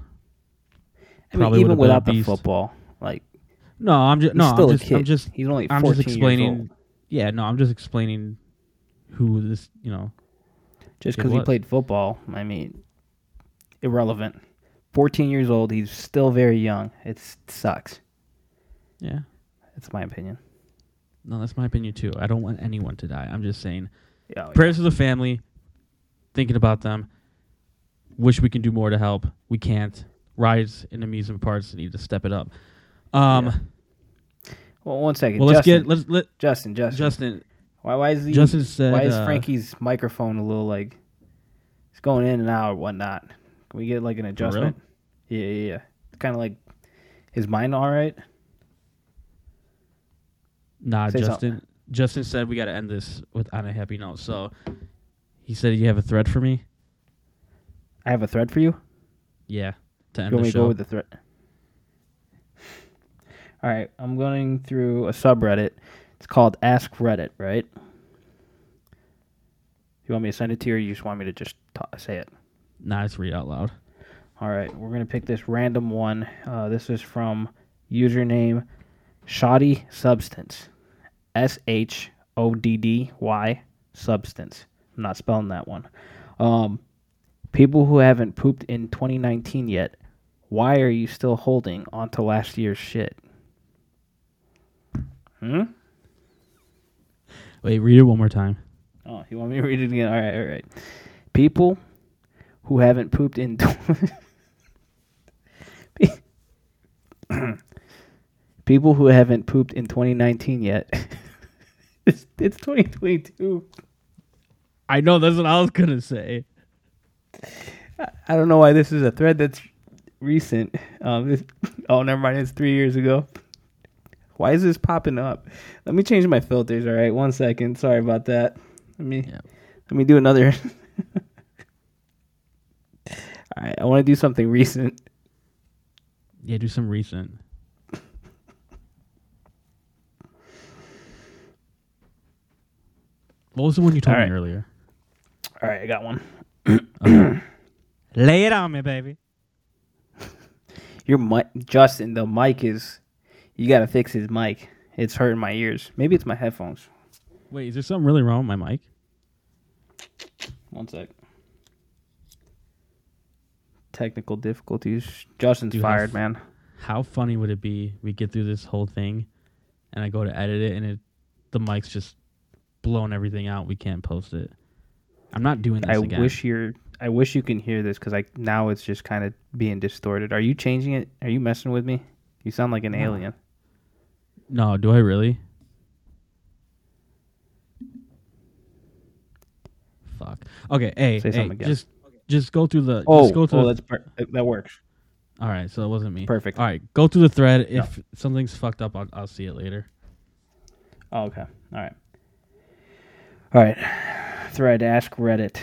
Speaker 2: I mean,
Speaker 1: probably
Speaker 2: even
Speaker 1: would've been a
Speaker 2: without the
Speaker 1: beast.
Speaker 2: football, like
Speaker 1: No, I'm just
Speaker 2: he's
Speaker 1: no.
Speaker 2: still
Speaker 1: I'm
Speaker 2: a
Speaker 1: just,
Speaker 2: kid.
Speaker 1: I'm just
Speaker 2: he's only 14
Speaker 1: I'm just
Speaker 2: years
Speaker 1: explaining.
Speaker 2: old.
Speaker 1: Yeah, no, I'm just explaining who this, you know. kid
Speaker 2: Just because he
Speaker 1: was.
Speaker 2: played football, I mean, irrelevant. 14 years old. He's still very young. It s- sucks.
Speaker 1: Yeah.
Speaker 2: That's my opinion.
Speaker 1: No, that's my opinion too. I don't want anyone to die. I'm just saying
Speaker 2: Yeah, oh, yeah.
Speaker 1: prayers to the family, thinking about them. Wish we can do more to help. We can't. Rides in amusement parks need to step it up. Um,
Speaker 2: Yeah. Well, one second.
Speaker 1: well, let's
Speaker 2: Justin,
Speaker 1: get let's let
Speaker 2: Justin. Justin.
Speaker 1: Justin.
Speaker 2: why? Why is the,
Speaker 1: Justin said.
Speaker 2: Why is
Speaker 1: uh,
Speaker 2: Frankie's microphone a little like? It's going in and out or whatnot. Can we get like an adjustment? Yeah, yeah, yeah. Kind of like, is mine all right?
Speaker 1: uh, Nah,
Speaker 2: say
Speaker 1: Justin.
Speaker 2: something.
Speaker 1: Justin said we got to end this with on a happy note. So he said, "You have a thread for me."
Speaker 2: I have a thread for you.
Speaker 1: Yeah. To end
Speaker 2: You want
Speaker 1: the
Speaker 2: me to go
Speaker 1: show.
Speaker 2: with the thread? All right, I'm going through a subreddit. It's called Ask Reddit, right? You want me to send it to you, or you just want me to just ta say it?
Speaker 1: nah, it's read out loud.
Speaker 2: All right, we're gonna pick this random one. Uh, this is from username Shoddy Substance, S H O D D Y Substance. I'm not spelling that one. Um, people who haven't pooped in 2019 yet, why are you still holding on to last year's shit? Hmm.
Speaker 1: Wait, read it one more time.
Speaker 2: Oh, you want me to read it again? All right, all right. People who haven't pooped in. tw- People who haven't pooped in 2019 yet. It's, it's 2022.
Speaker 1: I know that's what I was gonna say.
Speaker 2: I don't know why this is a thread that's recent. Um, this, oh, never mind. It's three years ago. Why is this popping up? Let me change my filters. All right, one second. Sorry about that. Let me
Speaker 1: Yeah.
Speaker 2: let me do another. all right, I want to do something recent.
Speaker 1: Yeah, do some recent. What was the one you told
Speaker 2: All
Speaker 1: me
Speaker 2: right.
Speaker 1: earlier?
Speaker 2: All right, I got one.
Speaker 1: Lay it on me, baby.
Speaker 2: Your mic, Justin. The mic is. You gotta fix his mic. It's hurting my ears. Maybe it's my headphones.
Speaker 1: Wait, is there something really wrong with my mic?
Speaker 2: One sec. Technical difficulties. Justin's
Speaker 1: Do you have-
Speaker 2: fired, man.
Speaker 1: How funny would it be? We get through this whole thing, and I go to edit it, and it, the mic's just blowing everything out. We can't post it. I'm not doing this
Speaker 2: I
Speaker 1: again.
Speaker 2: wish you're. I wish you can hear this because I now it's just kind of being distorted. Are you changing it? Are you messing with me? You sound like an alien.
Speaker 1: no, do I really? Fuck. Okay. Hey,
Speaker 2: Say
Speaker 1: hey,
Speaker 2: something again.
Speaker 1: just just go through the.
Speaker 2: Oh,
Speaker 1: just go through
Speaker 2: oh,
Speaker 1: the
Speaker 2: that's per- that- that works.
Speaker 1: All right, so it wasn't me.
Speaker 2: Perfect.
Speaker 1: All right, go through the thread. If something's fucked up, I'll, I'll see it later.
Speaker 2: Oh, okay. All right. All right. Thread ask Reddit.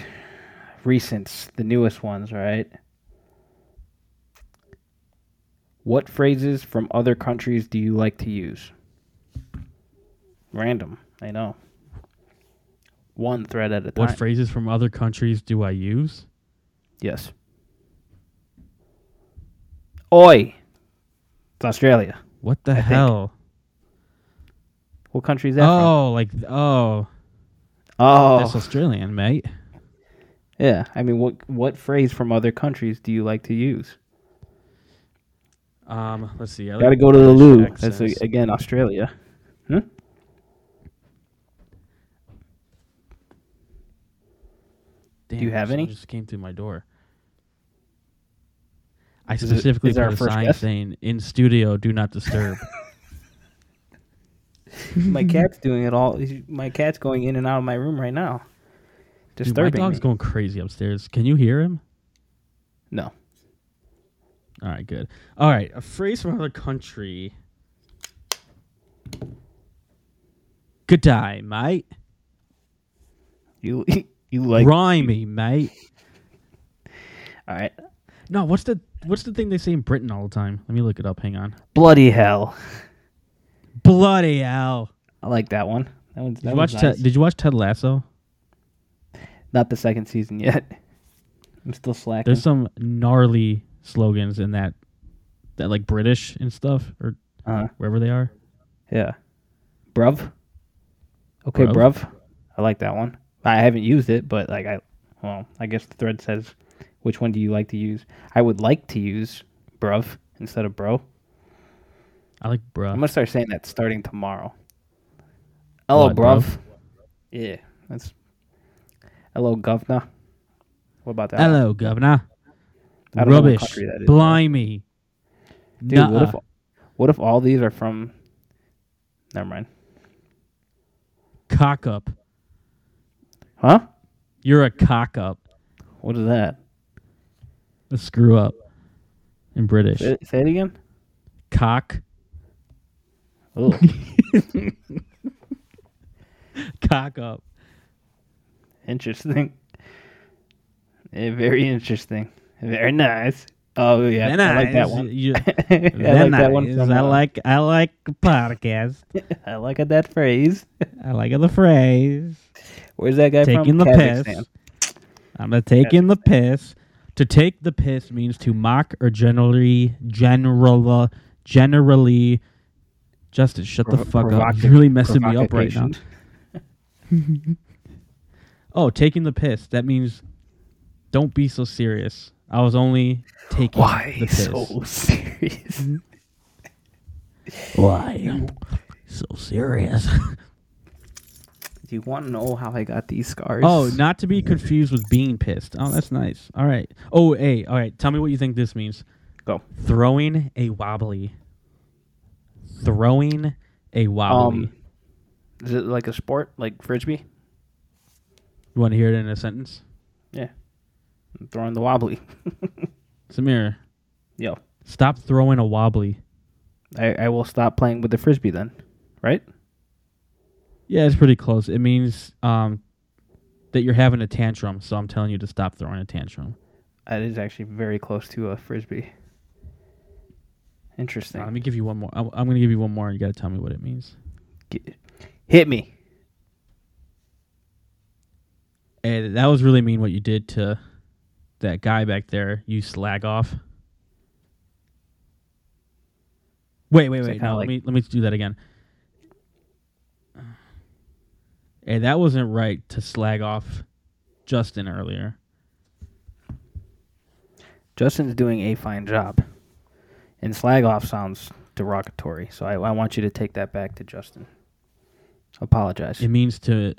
Speaker 2: Recents, the newest ones, all right? What phrases from other countries do you like to use? Random, I know. One thread at a time.
Speaker 1: What phrases from other countries do I use?
Speaker 2: yes. Oi! It's Australia.
Speaker 1: What the
Speaker 2: think.
Speaker 1: hell?
Speaker 2: What country is that
Speaker 1: Oh, like oh,
Speaker 2: from? Oh,
Speaker 1: that's Australian, mate.
Speaker 2: yeah. I mean, what what phrase from other countries do you like to use?
Speaker 1: Um, let's see. I
Speaker 2: Got to
Speaker 1: like
Speaker 2: go to the
Speaker 1: British
Speaker 2: loo. That's a,
Speaker 1: accents.
Speaker 2: again Australia. Hmm?
Speaker 1: Damn,
Speaker 2: you have
Speaker 1: someone
Speaker 2: any?
Speaker 1: Just came through my door. I
Speaker 2: it-
Speaker 1: specifically
Speaker 2: is there
Speaker 1: put
Speaker 2: a
Speaker 1: a
Speaker 2: first
Speaker 1: sign
Speaker 2: guess?
Speaker 1: saying "In studio, do not disturb."
Speaker 2: my cat's doing it all. My cat's going in and out of my room right now.
Speaker 1: Dude, my
Speaker 2: Disturbing
Speaker 1: dog's
Speaker 2: me.
Speaker 1: going crazy upstairs. Can you hear him?
Speaker 2: no.
Speaker 1: All right, good. All right, a phrase from another country. Good day, mate.
Speaker 2: You you like
Speaker 1: Grimy, mate.
Speaker 2: all right?
Speaker 1: No, what's the what's the thing they say in Britain all the time? Let me look it up. Hang on.
Speaker 2: Bloody hell!
Speaker 1: Bloody hell!
Speaker 2: I like that one. That one's,
Speaker 1: Did
Speaker 2: that
Speaker 1: you watch
Speaker 2: one's nice.
Speaker 1: Ted, Did you watch Ted Lasso?
Speaker 2: Not the second season yet. I'm still slacking.
Speaker 1: There's some gnarly slogans in that, that like British and stuff or
Speaker 2: Uh,
Speaker 1: wherever they are.
Speaker 2: yeah, bruv. Okay,
Speaker 1: Bruv.
Speaker 2: bruv. I like that one. I haven't used it, but like I, well, I guess the thread says, which one do you like to use? I would like to use bruv instead of bro.
Speaker 1: I like bruh.
Speaker 2: I'm gonna start saying that starting tomorrow. Hello,
Speaker 1: What,
Speaker 2: bruv.
Speaker 1: bruv?
Speaker 2: Yeah, that's. Hello, governor. What about that? one?
Speaker 1: Hello, governor.
Speaker 2: I don't know what
Speaker 1: Rubbish.
Speaker 2: country that is, though.
Speaker 1: Blimey.
Speaker 2: Dude, what
Speaker 1: Nuh-uh.
Speaker 2: if, what if all these are from? Never mind.
Speaker 1: cock up.
Speaker 2: Huh?
Speaker 1: You're a cock up.
Speaker 2: What is that?
Speaker 1: A screw up in British.
Speaker 2: Say, say it again.
Speaker 1: Cock.
Speaker 2: Oh,
Speaker 1: Cock up.
Speaker 2: interesting. Eh, very interesting. Very nice. Oh yeah,
Speaker 1: Then
Speaker 2: I like that
Speaker 1: is-
Speaker 2: one.
Speaker 1: you-
Speaker 2: I like
Speaker 1: then
Speaker 2: that one.
Speaker 1: is-
Speaker 2: from,
Speaker 1: I
Speaker 2: uh,
Speaker 1: like I like podcast.
Speaker 2: I like that phrase.
Speaker 1: I like the phrase.
Speaker 2: Where's that guy
Speaker 1: Taking
Speaker 2: from?
Speaker 1: the
Speaker 2: Kazakhstan.
Speaker 1: piss. I'm gonna take in the piss. To take the piss means to mock or generally general generally Justin, shut the
Speaker 2: Provo-
Speaker 1: fuck up.
Speaker 2: provoca-
Speaker 1: You're really messing me up right now.
Speaker 2: provocations.
Speaker 1: Oh, taking the piss. That means don't be so serious. I was only taking the
Speaker 2: Why
Speaker 1: piss. Mm-hmm.
Speaker 2: so serious?
Speaker 1: Why? So serious.
Speaker 2: Do you want to know how I got these scars?
Speaker 1: oh, not to be confused with being pissed. Oh, that's nice. All right. Oh, hey, all right. Tell me what you think this means.
Speaker 2: Go.
Speaker 1: Throwing a wobbly. Throwing a wobbly.
Speaker 2: Um, Is it like a sport, like frisbee?
Speaker 1: You want to hear it in a sentence?
Speaker 2: I'm throwing the wobbly.
Speaker 1: Samir,
Speaker 2: Yo,
Speaker 1: stop throwing a wobbly.
Speaker 2: I, I will stop playing with the frisbee then, right?
Speaker 1: Yeah, it's pretty close. It means um, that you're having a tantrum, so I'm telling you to stop throwing a tantrum.
Speaker 2: That is actually very close to a frisbee.
Speaker 1: Uh, let
Speaker 2: Interesting.
Speaker 1: me give you one more. I'm, I'm going to give you one more, and you got to tell me what it means.
Speaker 2: G- Hit me.
Speaker 1: And that was really mean what you did to that guy back there. You slag off. Wait, wait,
Speaker 2: So
Speaker 1: wait.
Speaker 2: kinda
Speaker 1: No, let
Speaker 2: like-
Speaker 1: me let me do that again. And that wasn't right to slag off Justin earlier.
Speaker 2: Justin's doing a fine job. And slag off sounds derogatory, so I, I want you to take that back to Justin. Apologize.
Speaker 1: It means to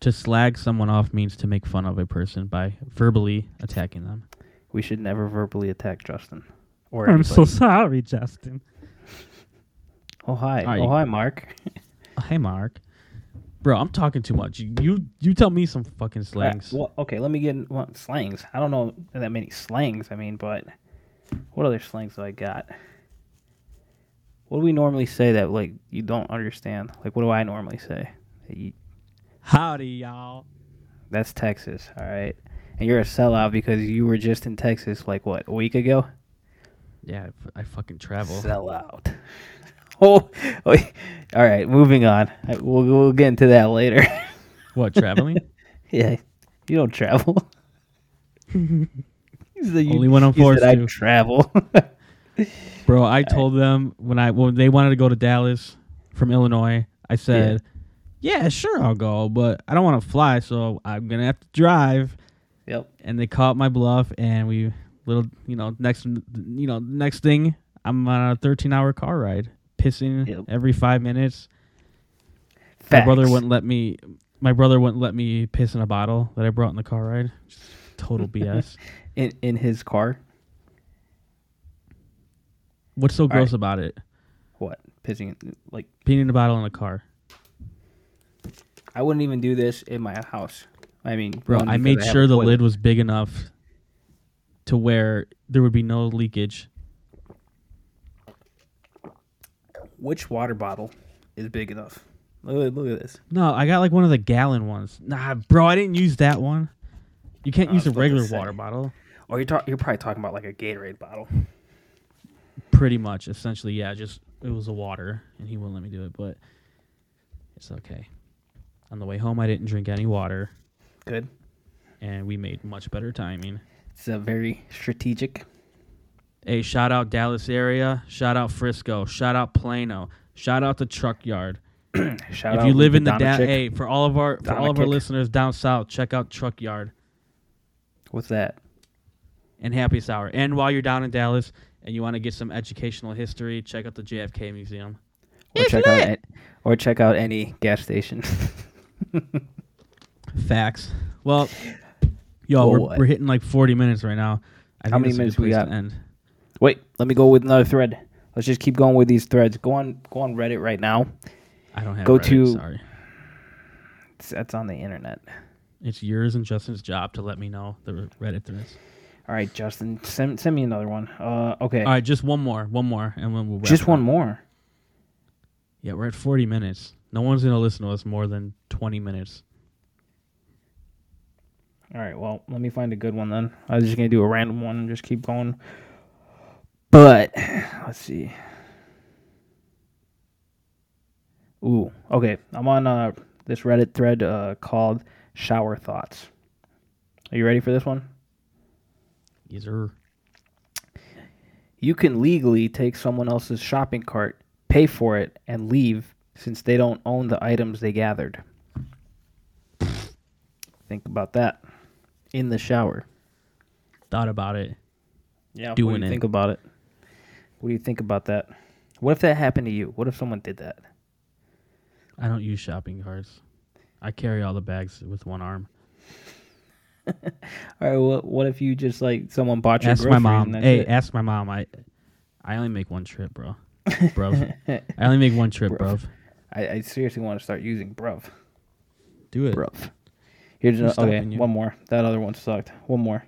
Speaker 1: to slag someone off means to make fun of a person by verbally attacking them.
Speaker 2: We should never verbally attack Justin. Or anybody.
Speaker 1: sorry, Justin.
Speaker 2: Oh hi.
Speaker 1: All right.
Speaker 2: Oh hi, Mark.
Speaker 1: Hey, Mark. Bro, I'm talking too much. You you, you tell me some fucking slangs.
Speaker 2: Uh, well, okay, let me get in- well, slangs. I don't know that many slangs. I mean, but what other slangs do I got? What do we normally say that like you don't understand? Like, what do I normally say? That you-
Speaker 1: Howdy, y'all.
Speaker 2: That's Texas, all right. And you're a sellout because you were just in Texas like what a week ago.
Speaker 1: Yeah, I f- I fucking travel.
Speaker 2: Sellout. Oh, oh, all right. Moving on. I- We'll we'll get into that later.
Speaker 1: What traveling?
Speaker 2: yeah, you don't travel. He said you-
Speaker 1: Only when I'm
Speaker 2: he said
Speaker 1: forced
Speaker 2: I
Speaker 1: to.
Speaker 2: travel.
Speaker 1: Bro, I told them when I when they wanted to go to Dallas from Illinois, I said, "Yeah, sure, I'll go, but I don't want to fly, so I'm gonna have to drive."
Speaker 2: Yep.
Speaker 1: And they caught my bluff, and we little you know next you know next thing I'm on a 13 hour car ride, pissing
Speaker 2: Yep.
Speaker 1: every five minutes. My brother wouldn't let me. My brother wouldn't let me piss in a bottle that I brought in the car ride. Just total BS.
Speaker 2: in in his car.
Speaker 1: What's so
Speaker 2: right.
Speaker 1: gross about it?
Speaker 2: What pissing? Like
Speaker 1: Peeing in a bottle in a car.
Speaker 2: I wouldn't even do this in my house. I mean,
Speaker 1: Bro,
Speaker 2: one,
Speaker 1: I
Speaker 2: because
Speaker 1: made
Speaker 2: have
Speaker 1: sure
Speaker 2: a
Speaker 1: the
Speaker 2: toilet.
Speaker 1: lid was big enough to where there would be no leakage.
Speaker 2: Which water bottle is big enough? Look, at- look at this.
Speaker 1: No, I got like one of the gallon ones. Nah, bro, I didn't use that one. You can't
Speaker 2: I
Speaker 1: use a
Speaker 2: was about to
Speaker 1: regular
Speaker 2: say.
Speaker 1: water bottle.
Speaker 2: Or Oh, you're talk, you're probably talking about like a Gatorade bottle.
Speaker 1: Pretty much, essentially, yeah. Just it was a water, and he wouldn't let me do it, but it's okay. On the way home, I didn't drink any water,
Speaker 2: Good.
Speaker 1: and we made much better timing.
Speaker 2: It's a very strategic.
Speaker 1: Hey, shout out Dallas area. Shout out Frisco. Shout out Plano. Shout out the truck yard.
Speaker 2: Shout out
Speaker 1: if you live in the
Speaker 2: Donna
Speaker 1: da-
Speaker 2: Chick.
Speaker 1: hey, for all of our for
Speaker 2: Donna
Speaker 1: all of our
Speaker 2: Kick.
Speaker 1: listeners down south, check out Truck Yard
Speaker 2: What's that?
Speaker 1: and Happiest Hour. And while you're down in Dallas and you want to get some educational history, check out the JFK Museum.
Speaker 2: Or check out out or check out any gas station.
Speaker 1: Facts. Well, yo,
Speaker 2: Well,
Speaker 1: we're,
Speaker 2: what?
Speaker 1: we're hitting like 40 minutes right now. I
Speaker 2: How many
Speaker 1: that's a
Speaker 2: minutes
Speaker 1: good
Speaker 2: we
Speaker 1: place
Speaker 2: got?
Speaker 1: To end.
Speaker 2: Wait, let me go with another thread. Let's just keep going with these threads. Go on, go on Reddit right now.
Speaker 1: I don't have.
Speaker 2: Go
Speaker 1: Reddit,
Speaker 2: to-
Speaker 1: Sorry,
Speaker 2: It's, that's on the internet.
Speaker 1: it's yours and Justin's job to let me know the Reddit threads.
Speaker 2: All right, Justin, send send me another one. Uh, okay,
Speaker 1: All right, just one more, one more, and then we'll wrap
Speaker 2: just
Speaker 1: it
Speaker 2: one
Speaker 1: up.
Speaker 2: more.
Speaker 1: Yeah, we're at 40 minutes. No one's gonna listen to us more than 20 minutes.
Speaker 2: All right, well, let me find a good one then. I was just gonna do a random one and just keep going. But let's see. Ooh, okay. I'm on uh, this Reddit thread uh, called "Shower Thoughts." Are you ready for this one?
Speaker 1: Yes, sir.
Speaker 2: You can legally take someone else's shopping cart, pay for it, and leave since they don't own the items they gathered. Think about that. In the shower.
Speaker 1: Thought about it.
Speaker 2: Yeah, what
Speaker 1: doing
Speaker 2: do you
Speaker 1: it.
Speaker 2: think about it? What do you think about that? What if that happened to you? What if someone did that?
Speaker 1: I don't use shopping carts. I carry all the bags with one arm.
Speaker 2: All right, well, what if you just like someone bought your
Speaker 1: Ask my
Speaker 2: groceries
Speaker 1: mom.
Speaker 2: and that's
Speaker 1: Hey,
Speaker 2: it?
Speaker 1: ask my mom. I I only make one trip, bro. Bro. I only make one trip, bro.
Speaker 2: Bruv. I, I seriously want to start using bruv.
Speaker 1: Do it.
Speaker 2: Bruv. Here's another, okay,
Speaker 1: stopping you?
Speaker 2: one more. That other one sucked. One more.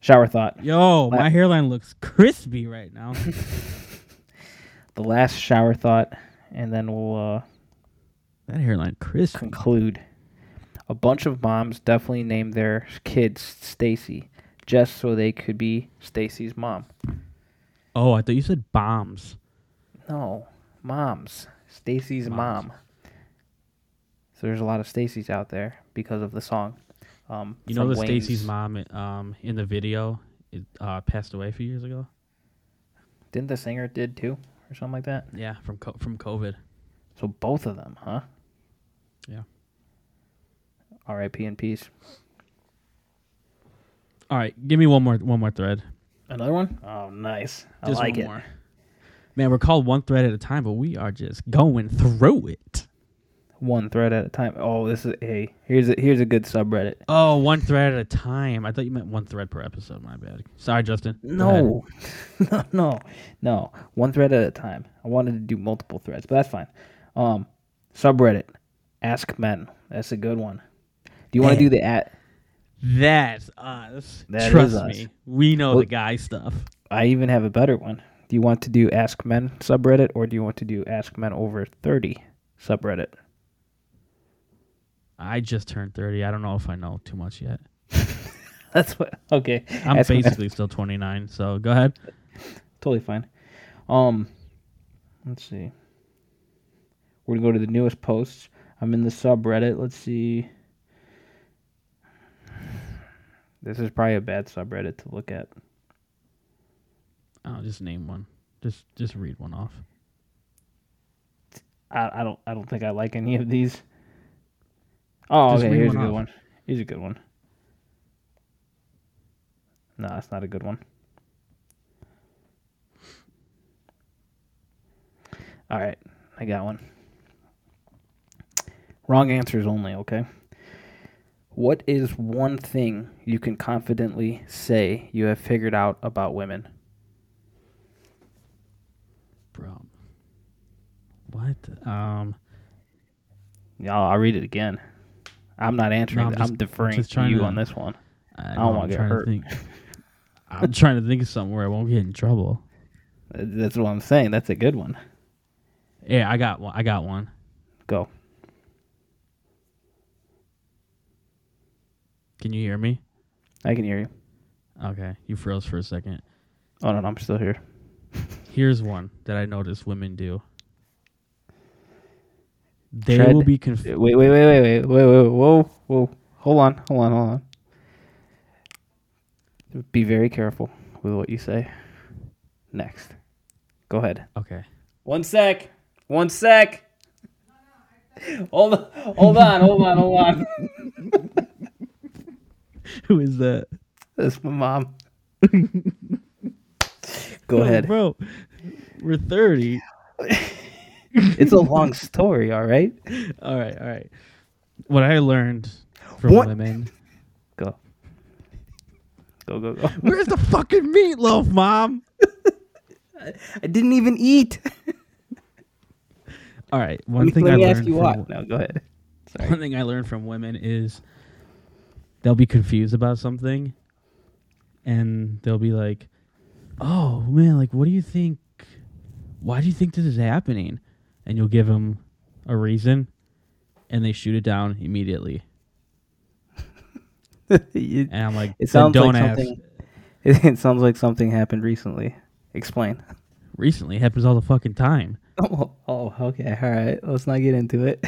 Speaker 2: Shower thought.
Speaker 1: Yo, my
Speaker 2: Like-
Speaker 1: hairline looks crispy right now.
Speaker 2: The last shower thought, and then we'll uh,
Speaker 1: that hairline crispy.
Speaker 2: conclude. A bunch of moms definitely named their kids Stacy just so they could be Stacy's mom.
Speaker 1: Oh, I thought you said bombs.
Speaker 2: No, moms. Stacy's
Speaker 1: Moms.
Speaker 2: mom. So there's a lot of Stacy's out there because of the song. Um,
Speaker 1: You know
Speaker 2: from
Speaker 1: that
Speaker 2: Wayne's-
Speaker 1: Stacy's mom um in the video it, uh, passed away a few years ago.
Speaker 2: Didn't the singer did too, or something like that?
Speaker 1: Yeah, from co- from COVID.
Speaker 2: So both of them, huh?
Speaker 1: Yeah.
Speaker 2: R.I.P. in peace.
Speaker 1: All right, give me one more one more thread.
Speaker 2: Another one? Oh, nice. I
Speaker 1: Just
Speaker 2: like
Speaker 1: one
Speaker 2: it.
Speaker 1: more. Man, we're called one thread at a time, but we are just going through it.
Speaker 2: One thread at a time. Oh, this is hey. Here's a here's a good subreddit.
Speaker 1: Oh, one thread at a time. I thought you meant one thread per episode. My bad. Sorry, Justin. Go ahead.
Speaker 2: No, no, no, no. One thread at a time. I wanted to do multiple threads, but that's fine. Um, subreddit, ask men. That's a good one. Do you want to
Speaker 1: Man.
Speaker 2: do the at?
Speaker 1: That's us.
Speaker 2: That is
Speaker 1: Trust
Speaker 2: us.
Speaker 1: me. We know
Speaker 2: Well-
Speaker 1: the guy stuff.
Speaker 2: I even have a better one. Do you want to do ask men subreddit or do you want to do ask men over thirty subreddit?
Speaker 1: I just turned 30. I don't know if I know too much yet.
Speaker 2: That's what. Okay,
Speaker 1: I'm
Speaker 2: Ask Men-
Speaker 1: basically still 29, so go ahead.
Speaker 2: totally fine. Um, let's see. We're gonna go to the newest posts. I'm in the subreddit. Let's see. This is probably a bad subreddit to look at.
Speaker 1: I'll just name one. Just just read one off.
Speaker 2: I, I don't I don't think I like any of these. Oh,
Speaker 1: Just
Speaker 2: okay.
Speaker 1: read
Speaker 2: Here's a
Speaker 1: one
Speaker 2: good
Speaker 1: off.
Speaker 2: one. Here's a good one. No, that's not a good one. All right, I got one. Wrong answers only, okay? What is one thing you can confidently say you have figured out about women?
Speaker 1: Bro. What? Um
Speaker 2: Yeah, I'll I'll read it again. I'm not answering.
Speaker 1: I'm
Speaker 2: I'm,
Speaker 1: just-
Speaker 2: deferring
Speaker 1: just
Speaker 2: to
Speaker 1: trying
Speaker 2: you
Speaker 1: to-
Speaker 2: on this one.
Speaker 1: I,
Speaker 2: don't
Speaker 1: know,
Speaker 2: wanna
Speaker 1: I'm
Speaker 2: get
Speaker 1: trying
Speaker 2: hurt.
Speaker 1: think. I'm trying to think of something where I won't get in trouble.
Speaker 2: That's what I'm saying. That's a good one.
Speaker 1: Yeah, I got one. I got one.
Speaker 2: Go.
Speaker 1: Can you hear me?
Speaker 2: I can hear you.
Speaker 1: Okay, you froze for a second.
Speaker 2: Oh no, no I'm still here.
Speaker 1: Here's one that I noticed women do. They
Speaker 2: Tread-
Speaker 1: will be confused.
Speaker 2: Wait, wait, wait, wait, wait, wait, wait, whoa, whoa. Hold on, hold on, hold on. Be very careful with what you say. Next. Go ahead.
Speaker 1: Okay.
Speaker 2: One sec. One sec. Hold on, hold on, hold on, hold on.
Speaker 1: Who is that?
Speaker 2: That's my mom. Go ahead.
Speaker 1: bro. We're thirty.
Speaker 2: It's a long story, all right?
Speaker 1: All right, all right. What I learned from
Speaker 2: What?
Speaker 1: women.
Speaker 2: Go. Go, go, go.
Speaker 1: Where's the fucking meatloaf, mom?
Speaker 2: I didn't even eat.
Speaker 1: All right.
Speaker 2: Let
Speaker 1: One
Speaker 2: me,
Speaker 1: thing
Speaker 2: let
Speaker 1: I
Speaker 2: me
Speaker 1: learned.
Speaker 2: ask you
Speaker 1: from
Speaker 2: why.
Speaker 1: wo-
Speaker 2: No, go ahead.
Speaker 1: One thing I learned from women is they'll be confused about something and they'll be like, "Oh, man, like what do you think why do you think this is happening?" And you'll give them a reason and they shoot it down immediately.
Speaker 2: You-
Speaker 1: And I'm like, "Then
Speaker 2: It sounds like
Speaker 1: don't ask."
Speaker 2: something. It, sounds like something happened recently. Explain.
Speaker 1: Recently it happens all the fucking time.
Speaker 2: Oh, oh, okay, all right. Let's not get into it.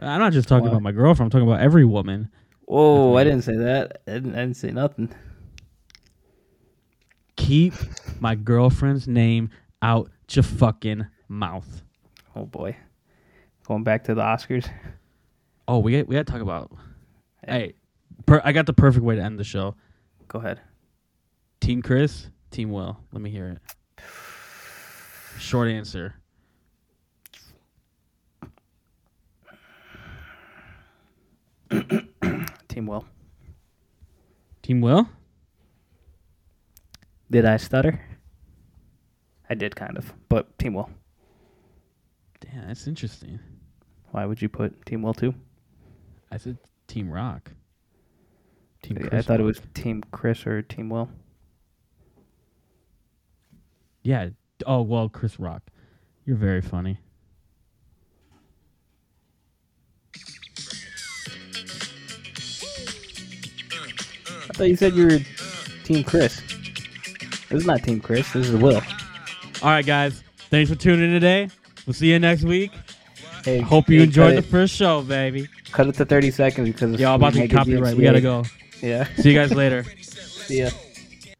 Speaker 1: I'm not just talking
Speaker 2: Why?
Speaker 1: about my girlfriend, I'm talking about every woman.
Speaker 2: Whoa, I didn't say that. I didn't, I didn't say nothing.
Speaker 1: Keep my girlfriend's name out your fucking mouth.
Speaker 2: Oh boy, going back to the Oscars.
Speaker 1: Oh, we got, we got to talk about. Hey, per, I got the perfect way to end the show.
Speaker 2: Go ahead.
Speaker 1: Team Chris, Team Will. Let me hear it. Short answer.
Speaker 2: Team Will.
Speaker 1: Team Will.
Speaker 2: Did I stutter? I did kind of, but Team Will.
Speaker 1: Damn, that's interesting.
Speaker 2: Why would you put Team Will Two?
Speaker 1: I said Team Rock. Team
Speaker 2: I
Speaker 1: Chris
Speaker 2: thought it
Speaker 1: Rock.
Speaker 2: was Team Chris or Team Will.
Speaker 1: Yeah. Oh well, Chris Rock. You're very funny.
Speaker 2: I thought you said you were Team Chris. This is not Team Chris. This is Will.
Speaker 1: All right, guys. Thanks for tuning in today. We'll see you next week.
Speaker 2: Hey,
Speaker 1: Hope you
Speaker 2: hey,
Speaker 1: enjoyed the
Speaker 2: cut it,
Speaker 1: first show, baby.
Speaker 2: cut it to thirty seconds because
Speaker 1: Y'all about to
Speaker 2: make
Speaker 1: get
Speaker 2: it
Speaker 1: copyright. We gotta
Speaker 2: DMCA.
Speaker 1: go.
Speaker 2: Yeah.
Speaker 1: See you guys later.
Speaker 2: See ya.